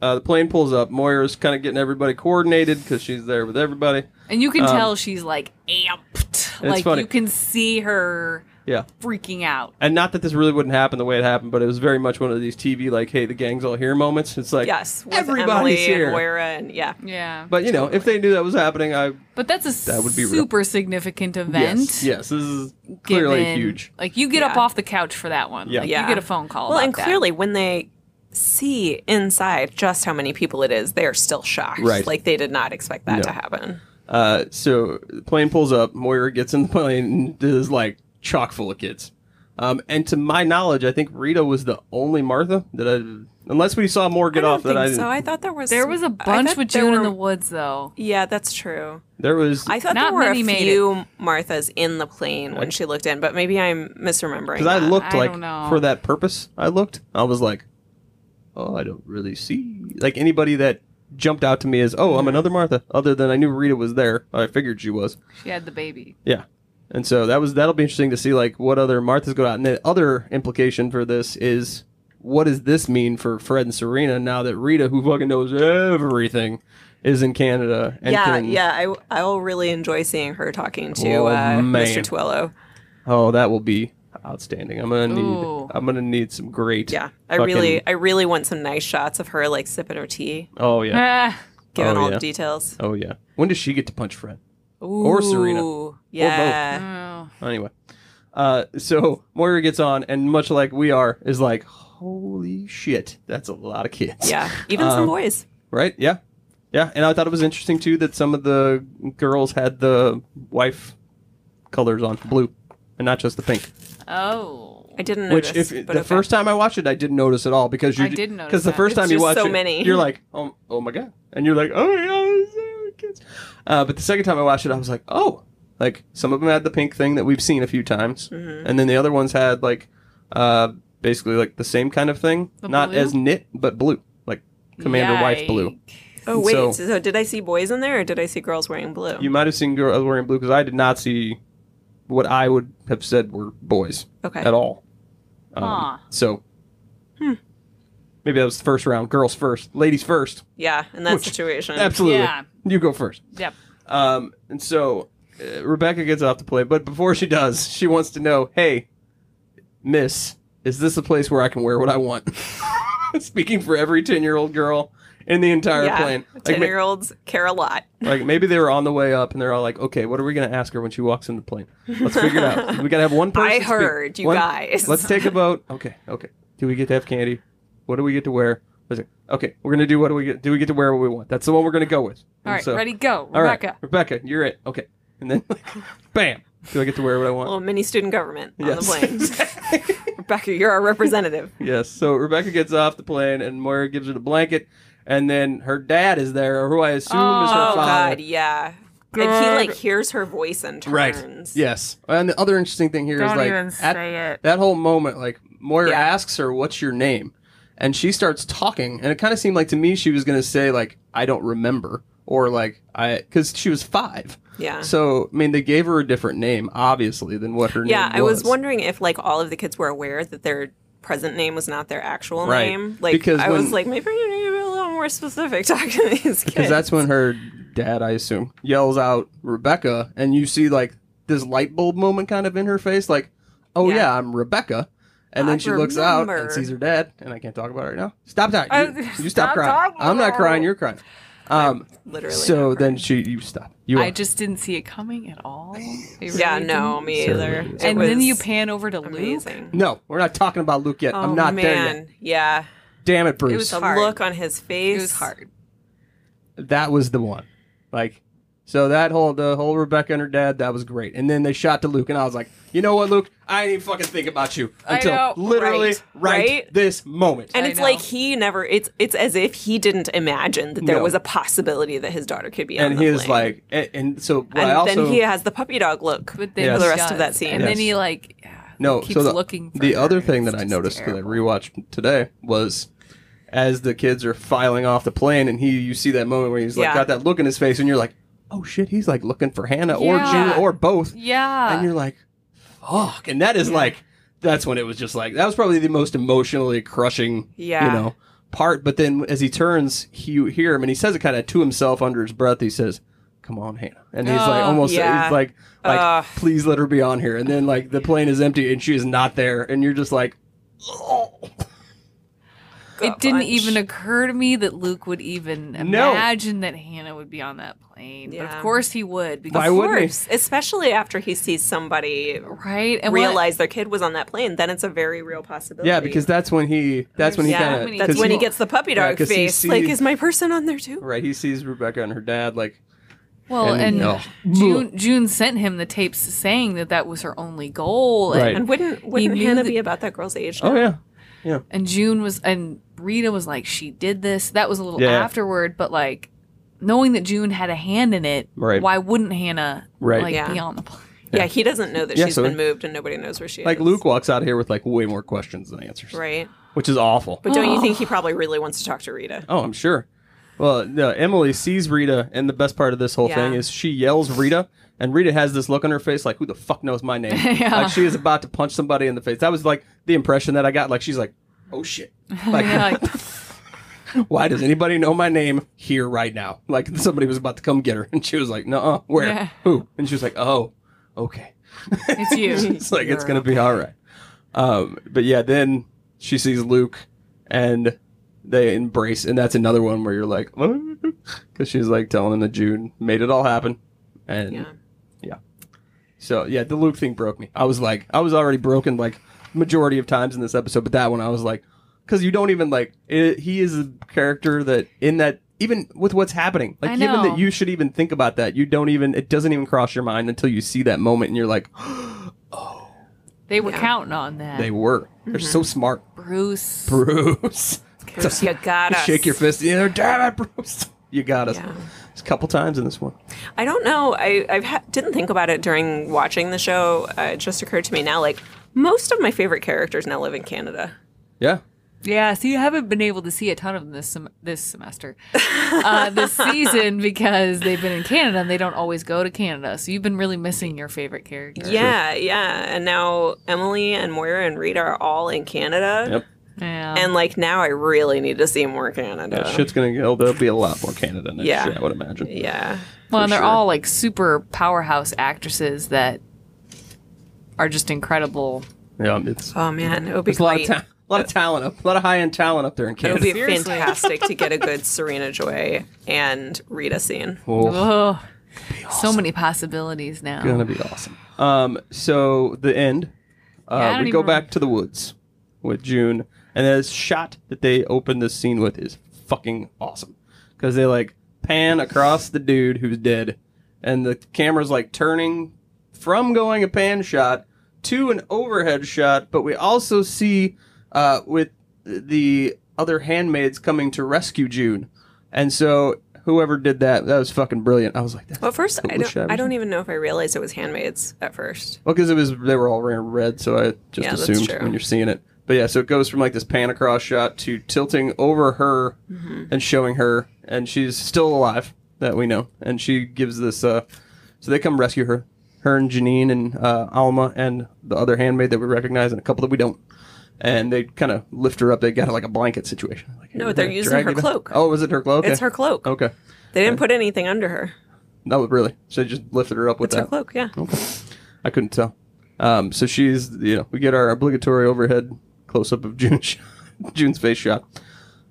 B: uh, the plane pulls up. Moira's kind of getting everybody coordinated because she's there with everybody.
D: And you can
B: Um,
D: tell she's like amped. Like
B: funny.
D: you can see her
B: Yeah.
D: freaking out.
B: And not that this really wouldn't happen the way it happened, but it was very much one of these TV like, hey, the gang's all here moments. It's like
C: Yes, with
B: everybody's
C: Emily
B: here.
C: and Moira, and yeah,
D: Yeah.
B: but you know, if they knew that was happening, I
D: But that's a
B: That would be real.
D: super significant event.
B: yes, yes, this is clearly
D: given-
B: huge.
D: Like you get up
C: Yeah.
D: off the couch for that one.
B: Yeah.
D: Like
C: Yeah.
D: you get a phone call.
C: Well,
D: about
C: and
D: that.
C: clearly when they see inside just how many people it is, they are still shocked.
B: Right.
C: Like they did not expect that
B: No.
C: to happen.
B: Uh, so the plane pulls up. Moira gets in the plane and is like chock full of kids. Um, and to my knowledge, I think Rita was the only Martha that I, unless we saw more get
C: I don't
B: off that
C: think
B: I didn't.
C: so. I thought there was
D: there was a
C: I
D: bunch
C: thought
D: with
C: there
D: June in
C: were-
D: the woods though.
C: Yeah, that's true.
B: there was
C: I thought
D: Not
C: there were a
D: many made
C: few Marthas in the plane when she looked in, but maybe I'm misremembering.
B: because I
C: that.
B: looked
D: I
B: like
D: don't know.
B: for that purpose. I looked. I was like, oh, I don't really see like anybody that jumped out to me as oh, I'm another Martha. Other than I knew Rita was there. I figured she was.
D: She had the baby.
B: Yeah. And so that was that'll be interesting to see like what other Martha's go out. And the other implication for this is what does this mean for Fred and Serena now that Rita, who fucking knows everything, is in Canada and
C: yeah,
B: can-
C: yeah. I I will really enjoy seeing her talking to
B: Oh,
C: uh,
B: man.
C: Mr. Twillo.
B: Oh, that will be outstanding. I'm gonna need
D: Ooh.
B: I'm gonna need some great
C: Yeah, I
B: fucking-
C: really, I really want some nice shots of her like sipping her tea,
B: Oh yeah.
D: Ah,
C: given
B: Oh,
C: all
B: yeah.
C: the details.
B: Oh yeah. When does she get to punch Fred?
C: Ooh,
B: Serena.
C: yeah.
D: oh.
B: Anyway. Uh so Moira gets on and much like we are, is like, Holy shit, that's a lot of kids.
C: Yeah, even some
B: Um,
C: boys.
B: Right? Yeah. Yeah. And I thought it was interesting, too, that some of the girls had the wife colors on blue and not just the pink.
D: Oh.
C: I didn't
B: Which,
C: notice.
B: if
C: but
B: the
C: okay.
B: first time I watched it, I didn't notice at all because you
D: I did notice
B: Because the
D: that.
B: first
C: It's
B: time you
C: just
B: watch
C: so
B: it,
C: many.
B: you're like, oh, oh my God. And you're like, oh my God, there are kids. Uh, but the second time I watched it, I was like, oh. Like, some of them had the pink thing that we've seen a few times.
C: Mm-hmm.
B: And then the other ones had, like, uh, basically, like, the same kind of thing.
D: The
B: not
D: blue?
B: as knit, but blue. Like, Commander Wife blue.
D: Yike.
C: oh wait,
B: so-
C: so, did I see boys in there, or did I see girls wearing blue?
B: You might have seen girls wearing blue because I did not see what I would have said were boys
C: okay, Hmm.
B: at all. Um,
D: Huh.
B: So maybe that was the first round. Girls first, ladies first.
C: yeah, in that
B: Which-
C: situation,
B: Absolutely.
D: Yeah.
B: You go first.
D: Yep.
B: Um, and so uh, Rebecca gets off the plane, but before she does, she wants to know hey, miss, is this a place where I can wear what I want? Speaking for every 10 year old girl in the entire
C: yeah.
B: plane. Like, ma-
C: Ten-year-olds care a lot.
B: Like maybe they were on the way up and they're all like, okay, what are we gonna ask her when she walks in the plane? Let's figure it out. We gotta have one person.
C: I
B: speak.
C: heard you
B: One-
C: guys.
B: Let's take a vote. Okay, okay. Do we get to have candy? What do we get to wear? Was it- Okay, we're gonna do what do we get? Do we get to wear what we want? That's the one we're gonna go with. And
D: All right,
B: so-
D: ready, go,
B: all right,
D: Rebecca.
B: Rebecca, you're it. Okay, and then like, bam. Do I get to wear what I want?
C: little mini student government on
B: Yes.
C: the plane. Rebecca, you're our representative.
B: Yes. So Rebecca gets off the plane and Moira gives her the blanket, and then her dad is there, who I assume is her
C: Oh
B: father.
C: God, yeah. And he like hears her voice and turns.
B: Yes. And the other interesting thing here is
D: Don't
B: like
D: even
B: at
D: say it.
B: that whole moment, like Moira
C: Yeah.
B: asks her, "What's your name?" and she starts talking, and it kind of seemed like to me she was gonna say like, "I don't remember," or like, "I," because she was five.
C: Yeah.
B: So I mean, they gave her a different name, obviously, than what her
C: yeah,
B: name was.
C: I was wondering if like all of the kids were aware that their present name was not their actual
B: Right.
C: name. Like
B: Because
C: I
B: when-
C: was like, maybe you need to be a little more specific talking to these kids.
B: because that's when her dad, I assume, yells out Rebecca, and you see like this light bulb moment kind of in her face, like, "Oh yeah,
C: Yeah.
B: I'm Rebecca." And then
C: I
B: she looks out and
C: remember.
B: sees her dad, and I can't talk about it right now. Stop that!
D: I-
B: You, you stop
D: stop
B: crying.
D: talking
B: I'm not
D: about
B: crying.
D: it.
B: You're crying. Um,
C: literally.
B: so
C: not
B: then
C: right.
B: she, you stop. You
D: I
B: are.
D: just didn't see it coming at all. I
C: Yeah,
D: really
C: no,
D: didn't.
C: me
B: So
C: either.
B: it
C: It
D: And then
C: was
D: you pan over to Luke.
C: amazing.
B: no, we're not talking about Luke yet. I'm not there yet.
C: Oh, man. Yeah.
B: Damn it, Bruce.
C: It was the
D: hard.
C: look on his face.
D: It was hard.
B: that was the one. Like, so that whole the whole Rebecca and her dad that was great. And then they shot to Luke, and I was like, you know what, Luke? I didn't even fucking think about you
D: I
B: until
D: know,
B: literally right,
C: right, right?
B: this moment.
C: And
D: I
C: it's like
D: know.
C: he never. It's it's as if he didn't imagine that there
B: No.
C: was a possibility that his daughter could be on
B: and
C: the
B: he is
C: plane.
B: like, and, and so what
C: and
B: I also
C: then he has the puppy dog look
D: But then
B: Yes.
D: he
C: for the rest of
D: does.
C: that scene.
D: and
B: Yes.
D: then he like yeah,
B: no
D: keeps
B: so the,
D: looking. For
B: the
D: her.
B: other thing
D: It's
B: that I
D: just
B: noticed that I
D: terrible.
B: rewatched today was as the kids are filing off the plane, and he you see that moment where he's like
C: Yeah.
B: got that look in his face, and you're like, oh shit, he's like looking for Hannah or
D: Yeah.
B: June or both.
D: Yeah,
B: and you're like, fuck. And that is like, that's when it was just like, that was probably the most emotionally crushing,
C: Yeah.
B: you know, part. But then as he turns, he, you hear him and he says it kind of to himself under his breath. He says, come on, Hannah. And he's like
C: Oh,
B: almost
C: yeah.
B: he's like like
C: Ugh.
B: please let her be on here. And then like the plane is empty and she is not there. And you're just like, oh.
D: it didn't
C: bunch.
D: even occur to me that Luke would even
B: No.
D: imagine that Hannah would be on that plane. But
C: Yeah.
D: of course he would because
B: Why
C: Of
B: would- wouldn't he?
C: course, especially after he sees somebody
D: right and what-
C: realize their kid was on that plane, then it's a very real possibility.
B: Yeah, because that's when he that's when he
C: yeah,
B: kind of
C: that's when he
D: he-
C: gets the puppy
B: Yeah,
C: dog
B: 'cause he
C: face. like,
B: sees-
C: is my person on there too?
B: right. He sees Rebecca and her dad like
D: well
B: and-
D: and,
B: oh.
D: June June sent him the tapes saying that that was her only goal and
B: Right.
C: And wouldn't wouldn't
D: knew
C: Hannah
D: that-
C: be about that girl's age?
B: oh
C: now?
B: yeah
D: and June was and Rita was like she did this. That was a little
B: Yeah.
D: afterward, but like knowing that June had a hand in it,
B: Right.
D: why wouldn't Hannah
B: Right.
D: like
C: Yeah.
D: be on the plane?
C: yeah. he doesn't know that
B: Yeah,
C: she's
B: so-
C: been moved, and nobody knows where she
B: like
C: is.
B: Luke walks out of here with like way more questions than answers,
C: right?
B: which is awful.
C: But don't you think he probably really wants to talk to Rita?
B: Oh, I'm sure. Well, no, Emily sees Rita, and the best part of this whole
C: Yeah.
B: thing is she yells Rita, and Rita has this look on her face like, "Who the fuck knows my name?" Like she is about to punch somebody in the face. That was like the impression that I got. Like she's like, "Oh shit!" Like,
D: Yeah, like,
B: why does anybody know my name here right now? Like somebody was about to come get her, and she was like, "No, where?
D: Yeah.
B: Who?" And she was like, "Oh, okay."
D: it's you.
B: it's like it's gonna be all right. Um, but yeah, then she sees Luke, and they embrace, and that's another one where you're like, because she's like telling him that June made it all happen, and yeah.
C: Yeah.
B: So yeah, the Luke thing broke me. I was like, I was already broken like majority of times in this episode, but that one I was like, because you don't even like it, he is a character that in that. Even with what's happening, like
D: I
B: even
D: know.
B: that you should even think about that, you don't even it doesn't even cross your mind until you see that moment and you're like,
D: They were
C: Yeah.
D: counting on that.
C: Mm-hmm.
B: They were. They're so smart,
D: Bruce.
B: Bruce.
C: Bruce, you got us.
B: Shake your fist. You know, damn it, Bruce. You got us.
C: Yeah.
B: It's a couple times in this one.
C: I don't know. I I've ha- didn't think about it during watching the show. Uh, it just occurred to me now. Like most of my favorite characters now live in Canada.
B: Yeah.
D: Yeah, so you haven't been able to see a ton of them this sem- this semester, uh, this season because they've been in Canada and they don't always go to Canada. So you've been really missing your favorite character.
C: Yeah, yeah. And now Emily and Moira and Rita are all in Canada.
B: Yep.
D: Yeah.
C: And like now, I really need to see more Canada.
B: Shit's gonna go. There'll be a lot more Canada next
C: Uh, Yeah.
B: year, I would imagine.
C: Yeah.
D: well, and they're
B: sure.
D: all like super powerhouse actresses that are just incredible.
B: Yeah, it's,
C: Oh man, it would be
B: it's a lot of
C: great.
B: ta- a lot of talent up, a lot of high end talent up there in
C: It would
B: Canada.
C: be
D: Seriously.
C: fantastic to get a good Serena Joy and Rita scene.
B: Oh,
D: Oh, so many possibilities now.
B: gonna be awesome. Um, so the end. Uh,
D: Yeah, I don't
B: we go
D: even-
B: back to the woods with June, and this shot that they open this scene with is fucking awesome because they like pan across the dude who's dead, and the camera's like turning from going a pan shot to an overhead shot, but we also see uh, with the other handmaids coming to rescue June, and so whoever did that, that was fucking brilliant. I was like, that's
C: Well, first, I
B: totally
C: don't,
B: shabby.
C: I don't even know if I realized it was Handmaids at first.
B: Well, because it was they were all wearing red, so I just
C: Yeah, that's
B: assumed
C: true.
B: when you're seeing it. But yeah, so it goes from like this pan across shot to tilting over her
C: Mm-hmm.
B: and showing her, and she's still alive that we know, and she gives this. uh So they come rescue her, her and Janine and uh, Alma and the other handmaid that we recognize, and a couple that we don't. And they kind of lift her up. They got it like a blanket situation. Like,
C: No,
B: here,
C: they're
B: drag
C: using her
B: it up.
C: cloak.
B: Oh, was it her cloak?
C: It's her cloak.
B: Okay,
C: They didn't put anything under her.
B: that was really. So they just lifted her up with
C: It's
B: that.
C: her cloak, yeah.
B: I couldn't tell. Um, so she's, you know, we get our obligatory overhead close up of June, June's face shot,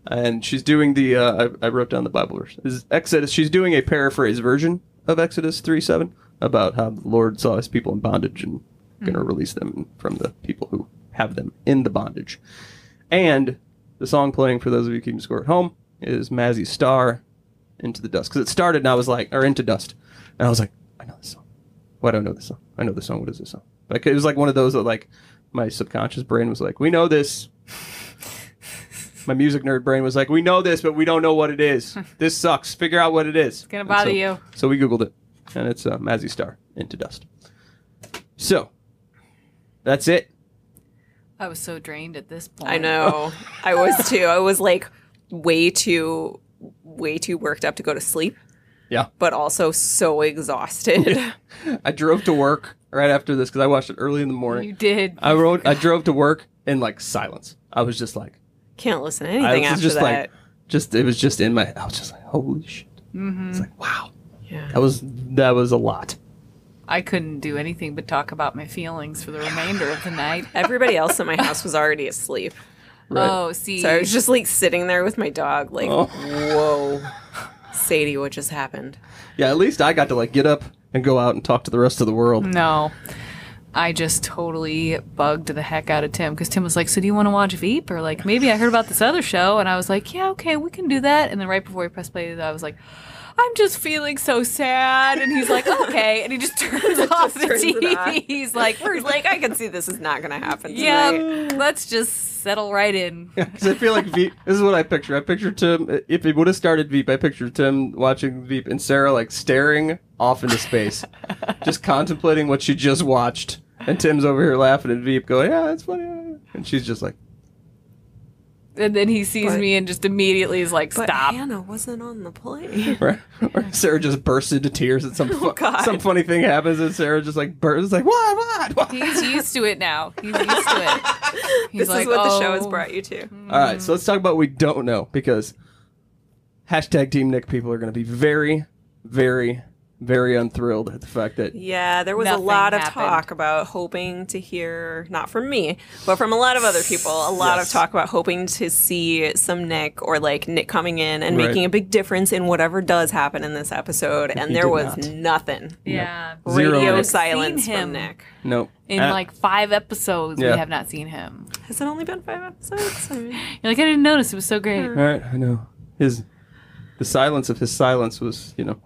B: and she's doing the. Uh, I, I wrote down the Bible verse. This Is Exodus? She's doing a paraphrase version of Exodus three seven about how the Lord saw His people in bondage and going to release them from the people who have them in the bondage. And the song playing for those of you keeping score at home is Mazzy Star, "Into the Dust," because it started and I was like, or "Into Dust," and I was like, I know this song. Why don't I know this song? I know this song. What is this song? Like it was like one of those that like my subconscious brain was like, we know this. My music nerd brain was like, we know this, but we don't know what it is. This sucks. Figure out what it is. It's
D: gonna bother
B: so,
D: you.
B: So we googled it, and it's uh, Mazzy Star into dust. So that's it.
D: I was so drained at this point.
C: I know. I was too. I was like way too, way too worked up to go to sleep,
B: Yeah,
C: but also so exhausted.
B: I drove to work right after this because I watched it early in the morning.
D: You did.
B: I rode. I drove to work in like silence. I was just like,
C: Can't listen to
B: I
C: anything
B: was
C: after
B: just
C: that.
B: like, just it was just in my. I was just like, holy shit. It's like wow.
C: Mm-hmm. Yeah.
B: That was that was a lot.
D: I couldn't do anything but talk about my feelings for the remainder of the night.
C: Everybody else in my house was already asleep.
B: Right.
D: Oh, see,
C: So I was just like sitting there with my dog, like,
B: Oh.
C: whoa, Sadie, what just happened?
B: Yeah, at least I got to like get up and go out and talk to the rest of the world.
D: no. I just totally bugged the heck out of Tim because Tim was like, "So do you want to watch Veep?" Or like, "Maybe I heard about this other show," and I was like, "Yeah, okay, we can do that." And then right before he pressed play, I was like, "I'm just feeling so sad," and he's like, "Okay," and he just turns off the
C: turns it
D: TV.
C: off.
D: He's like, "We're
C: He's like, I can see this is not going to happen. tonight."
D: yeah, let's just settle right in."
B: Because I feel like Veep. This is what I picture. I picture Tim. If it would have started Veep, I picture Tim watching Veep and Sarah like staring off into space, just contemplating what she just watched. And Tim's over here laughing at Veep, going, "Yeah, that's funny." And she's just like,
D: And then he sees
C: But-
D: me and just immediately is like,
C: But
D: "Stop."
C: Hannah wasn't on the plane.
B: or, or Sarah just bursts into tears and some fu-
C: Oh, God.
B: some funny thing happens, and Sarah just like bursts, like, "What? What? What?"
D: He's used to it now. He's used to it. He's
C: this
D: like,
C: is what the show
D: "Oh."
C: has brought you to.
B: All right, so let's talk about what we don't know because hashtag Team Nick people are going to be very, very, very unthrilled at the fact that
C: Yeah, there was
D: Nothing
C: a lot of
D: happened.
C: talk about hoping to hear, not from me, but from a lot of other people, a lot
B: Yes.
C: of talk about hoping to see some Nick or like Nick coming in and
B: Right.
C: making a big difference in whatever does happen in this episode. And
B: he
C: there
B: did
C: was
B: not.
C: nothing.
D: Yeah.
B: Zero
C: Radio
B: Nick.
C: silence
D: Seen him.
C: from Nick.
B: no,
D: In
B: Uh,
D: like five episodes,
B: Yeah.
D: we have not seen him.
C: Has it only been five episodes? I mean,
D: You're like, I didn't notice. It was so great.
B: all right, I know his the silence of his silence was you know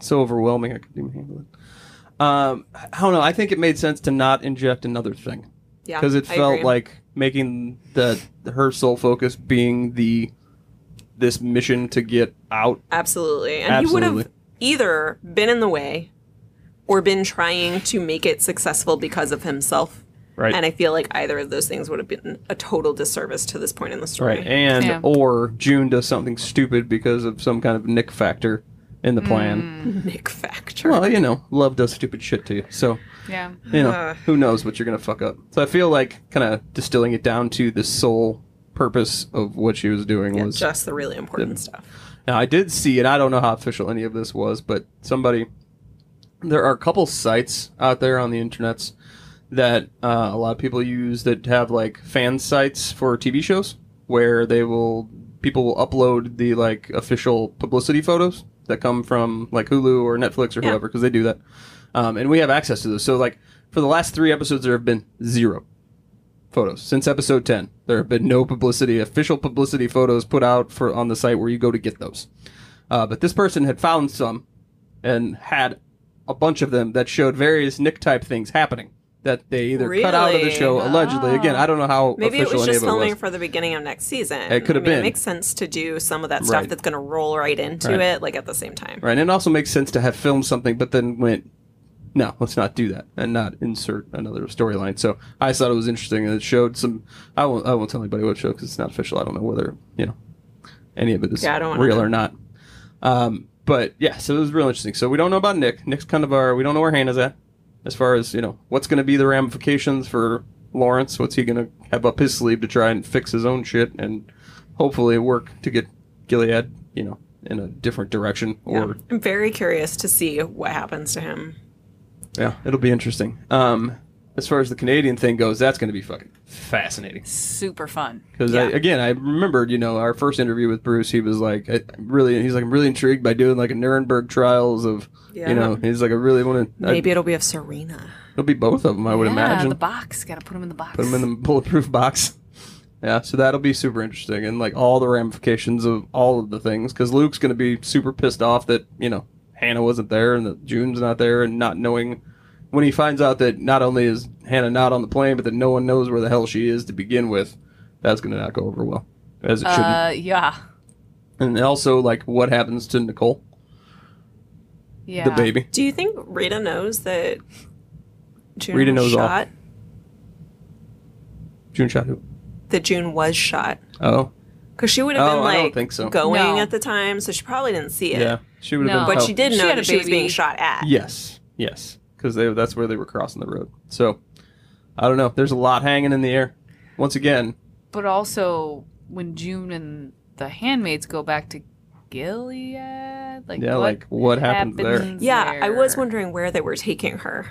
B: so overwhelming I couldn't even handle it. Um, I don't know. I think it made sense to not inject another thing
C: yeah,
B: because it
C: I
B: felt
C: agree.
B: like making the her sole focus being the this mission to get out.
C: Absolutely. And he would have
B: Absolutely.
C: either been in the way or been trying to make it successful because of himself.
B: Right.
C: And I feel like either of those things would have been a total disservice to this point in the story.
B: Right. And
D: Yeah.
B: or June does something stupid because of some kind of Nick factor in the plan.
C: Nick Factor.
B: Well, you know, love does stupid shit to you. So,
D: Yeah.
B: you know,
C: Uh.
B: who knows what you're going to fuck up. So I feel like kind of distilling it down to the sole purpose of what she was doing
C: Yeah,
B: was
C: just the really important stuff.
B: Now I did see, and I don't know how official any of this was, but somebody, there are a couple sites out there on the internets that uh, a lot of people use that have like fan sites for TV shows where they will people will upload the like official publicity photos that come from like Hulu or Netflix or
C: Yeah.
B: whoever because they do that, um, and we have access to those. So like for the last three episodes, there have been zero photos since episode 10 there have been no publicity official publicity photos put out for on the site where you go to get those uh, but this person had found some and had a bunch of them that showed various nick type things happening that they either cut out of the
C: Really?
B: show allegedly again i don't know how
C: Maybe it
B: official
C: was
B: any
C: just
B: of
C: filming
B: it was
C: for the beginning of next season.
B: It could have
C: I mean,
B: been.
C: It makes sense to do some of that stuff
B: Right.
C: that's going to roll right into
B: Right.
C: it, like at the same time.
B: right and it also makes sense to have filmed something but then went no let's not do that and not insert another storyline so i thought it was interesting and it showed some i won't i won't tell anybody what show because it's not official i don't know whether you know any of it is
C: Yeah, I don't wanna
B: real
C: know.
B: or not Um, but yeah, so it was real interesting. So we don't know about Nick. Nick's kind of our we don't know where Hannah's at as far as you know what's going to be the ramifications for Lawrence. What's he going to have up his sleeve to try and fix his own shit and hopefully work to get Gilead you know in a different direction or
C: I'm very curious to see what happens to him.
B: yeah, it'll be interesting. Um, as far as the Canadian thing goes, that's going to be fucking fascinating.
D: Super fun.
B: Because I,
C: Yeah.
B: again, I remembered, you know, our first interview with Bruce. He was like, I really, he's like, I'm really intrigued by doing like a Nuremberg trials of,
C: Yeah.
B: you know, he's like, I really want to.
C: Maybe it'll be of Serena.
B: It'll be both of them, I would
D: yeah,
B: imagine.
D: the box. Gotta put him in the box.
B: Put them in the bulletproof box. Yeah, so that'll be super interesting, and like all the ramifications of all of the things, because Luke's gonna be super pissed off that you know Hannah wasn't there and that June's not there, and not knowing when he finds out that not only is Hannah not on the plane, but that no one knows where the hell she is to begin with. That's gonna not go over well, as it shouldn't.
D: uh, yeah.
B: And also, like, what happens to Nicole,
D: Yeah.
B: the baby?
C: Do you think Rita knows that June
B: Rita
C: was
B: knows all.
C: shot?
B: June shot who?
C: That June was shot.
B: Oh,
C: Because she would have
B: Oh,
C: been
B: I
C: like
B: don't think so.
C: going
D: No.
C: at the time, so she probably didn't see
B: yeah, Oh.
C: it.
B: she would have been.
D: No.
C: But
B: helped.
C: she did
D: She
C: know
D: had a
C: that she was
D: baby.
C: being shot at.
B: Yes, yes, because that's where they were crossing the road. So I don't know. There's a lot hanging in the air. Once again,
D: But also, when June and the handmaids go back to Gilead? Like
B: Yeah, like, what happened there?
C: Yeah, I was
D: there?
C: wondering where they were taking her.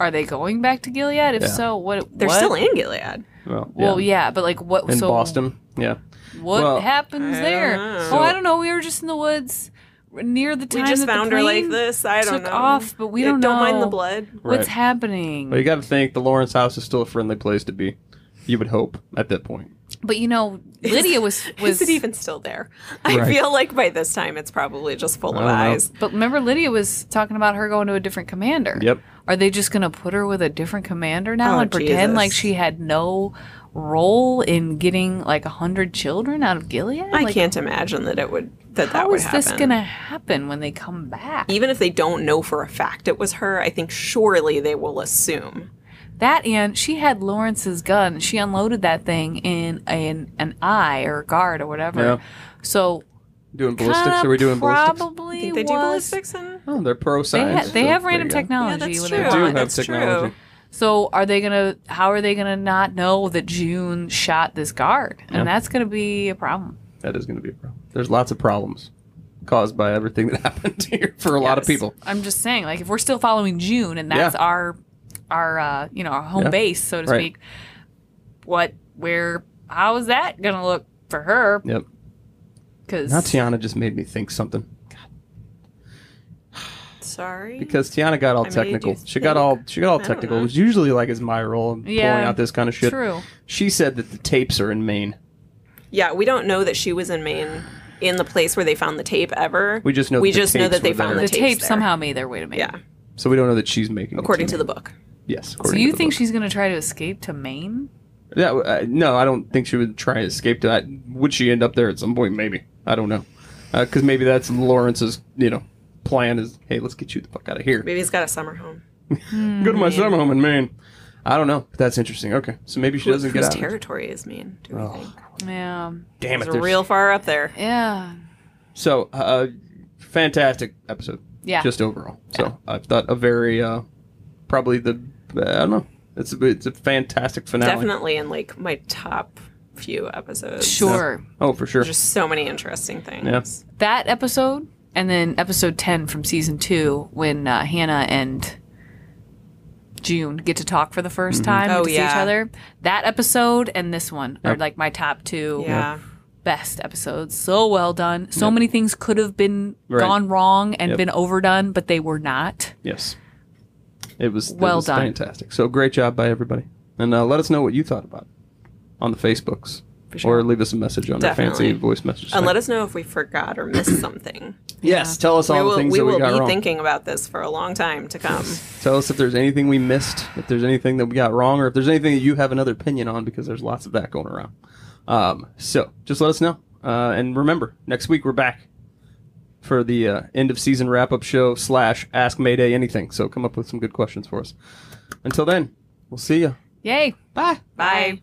D: Are they going back to Gilead? If
B: Yeah.
D: so, what?
C: They're
D: what?
C: still in Gilead.
B: Well, yeah.
D: Well, yeah, but like what?
B: in
D: so
B: Boston. Yeah.
D: What
B: Well-
D: happens
C: I
D: there?
C: don't know.
D: oh, I don't know. We were just in the woods r- near the
C: We
D: time
C: just
D: that the
C: found her like
D: plane
C: this. I don't
D: took
C: know.
D: off, but we
C: Yeah,
D: don't know.
C: mind the blood.
D: What's
B: Right.
D: happening?
B: But you got to think the Lawrence house is still a friendly place to be. You would hope at that point.
D: But you know, Lydia was was
C: Is it even still there?
B: Right.
C: I feel like by this time it's probably just full
B: I
C: of
B: don't know.
C: eyes.
D: But remember, Lydia was talking about her going to a different commander.
B: Yep.
D: Are they just going to put her with a different commander now
C: Oh,
D: and pretend
C: Jesus.
D: like she had no role in getting like a hundred children out of Gilead?
C: I
D: like,
C: can't imagine that it would that that
D: How
C: would
D: is
C: happen.
D: this going to happen when they come back?
C: Even if they don't know for a fact it was her, I think surely they will assume.
D: That and she had Lawrence's gun. She unloaded that thing in an an eye or a guard or whatever.
B: Yeah.
D: So
B: Doing ballistics?
D: kinda
B: Are we doing ballistics?
D: probably
C: I think they do
D: was-
C: ballistics and
B: Oh, they're pro
D: They, ha-
B: science.
D: they
B: so
D: have
B: there
D: random
B: you go.
D: technology.
C: Yeah, that's
D: when
C: true.
D: they
B: They do
D: want.
B: have
C: That's true.
B: technology.
D: So are they gonna? How are they gonna not know that June shot this guard? And
B: Yeah.
D: that's gonna be a problem.
B: That is going to be a problem. There's lots of problems caused by everything that happened here for a lot of
C: Yes.
B: people.
D: I'm just saying, like if we're still following June and that's
B: Yeah.
D: our our uh, you know our home
B: Yeah.
D: base, so to
B: Right.
D: speak. What? Where? How is that gonna look for her?
B: Yep.
D: Because
B: Now Tiana just made me think something
C: sorry.
B: because Tiana got all
C: I made you
B: technical. She got all she got all
C: I don't
B: technical.
C: know.
B: It was usually like is my role in pulling
D: Yeah,
B: out this kind of shit.
D: True.
B: She said that the tapes are in Maine.
C: Yeah, we don't know that she was in Maine in the place where they found the tape ever.
B: We just know
C: we
B: that the
C: just know
B: tapes
C: that they
B: were
C: found
B: there.
D: The
C: the, tapes
D: tape
C: there.
D: somehow made their way to Maine.
C: Yeah,
B: So we don't know that she's making. it
C: according to the
B: Maine.
C: book.
B: yes.
D: So
B: According
D: you
B: to the
D: think
B: book.
D: she's gonna try to escape to Maine?
B: Yeah, uh, no, I don't think she would try to escape to that. Would she end up there at some point? Maybe. I don't know. Because maybe that's Lawrence's, you know, plan is, hey, let's get you the fuck out of here.
C: Maybe it's got a summer home.
B: Go to my summer home in Maine. I don't know. That's interesting. Okay. So maybe she doesn't
C: Whose
B: get out.
C: territory is Maine? Do we
B: Oh,
C: think?
D: Yeah.
B: Damn it.
C: It's
B: there's-
C: real far up there.
D: Yeah.
B: So, uh, fantastic episode.
D: Yeah.
B: Just overall. So I thought a very, uh, probably the, I don't know. It's a, it's a fantastic finale.
C: Definitely in like my top few episodes.
D: Sure.
B: Oh, for sure.
C: There's just so many interesting things.
B: Yeah.
D: That episode, and then episode ten from season two, when uh, Hannah and June get to talk for the 1st
B: Mm-hmm.
D: time
C: Oh,
D: and to see each
C: yeah.
D: other. That episode and this one are
B: Yep.
D: like my top two
C: Yeah.
D: best episodes. So well done. So many things could have been
B: Right.
D: gone wrong and
B: Yep.
D: been overdone, but they were not.
B: Yes. It was it
D: Well
B: was
D: done.
B: fantastic. So great job by everybody. And uh, let us know what you thought about it on the Facebooks.
C: For sure.
B: Or leave us a message on our fancy
C: Definitely.
B: voice message.
C: And
B: thing.
C: let us know if we forgot or missed something.
B: yes, tell us
C: we
B: all the
C: will,
B: things
C: we
B: that we
C: will
B: got
C: be
B: wrong.
C: thinking about this for a long time to come.
B: Tell us if there's anything we missed, if there's anything that we got wrong, or if there's anything that you have another opinion on, because there's lots of that going around. Um, so just let us know. Uh, and remember, next week we're back for the uh, end of season wrap up show slash Ask Mayday Anything. So come up with some good questions for us. Until then, we'll see you.
D: Yay.
B: Bye.
C: Bye.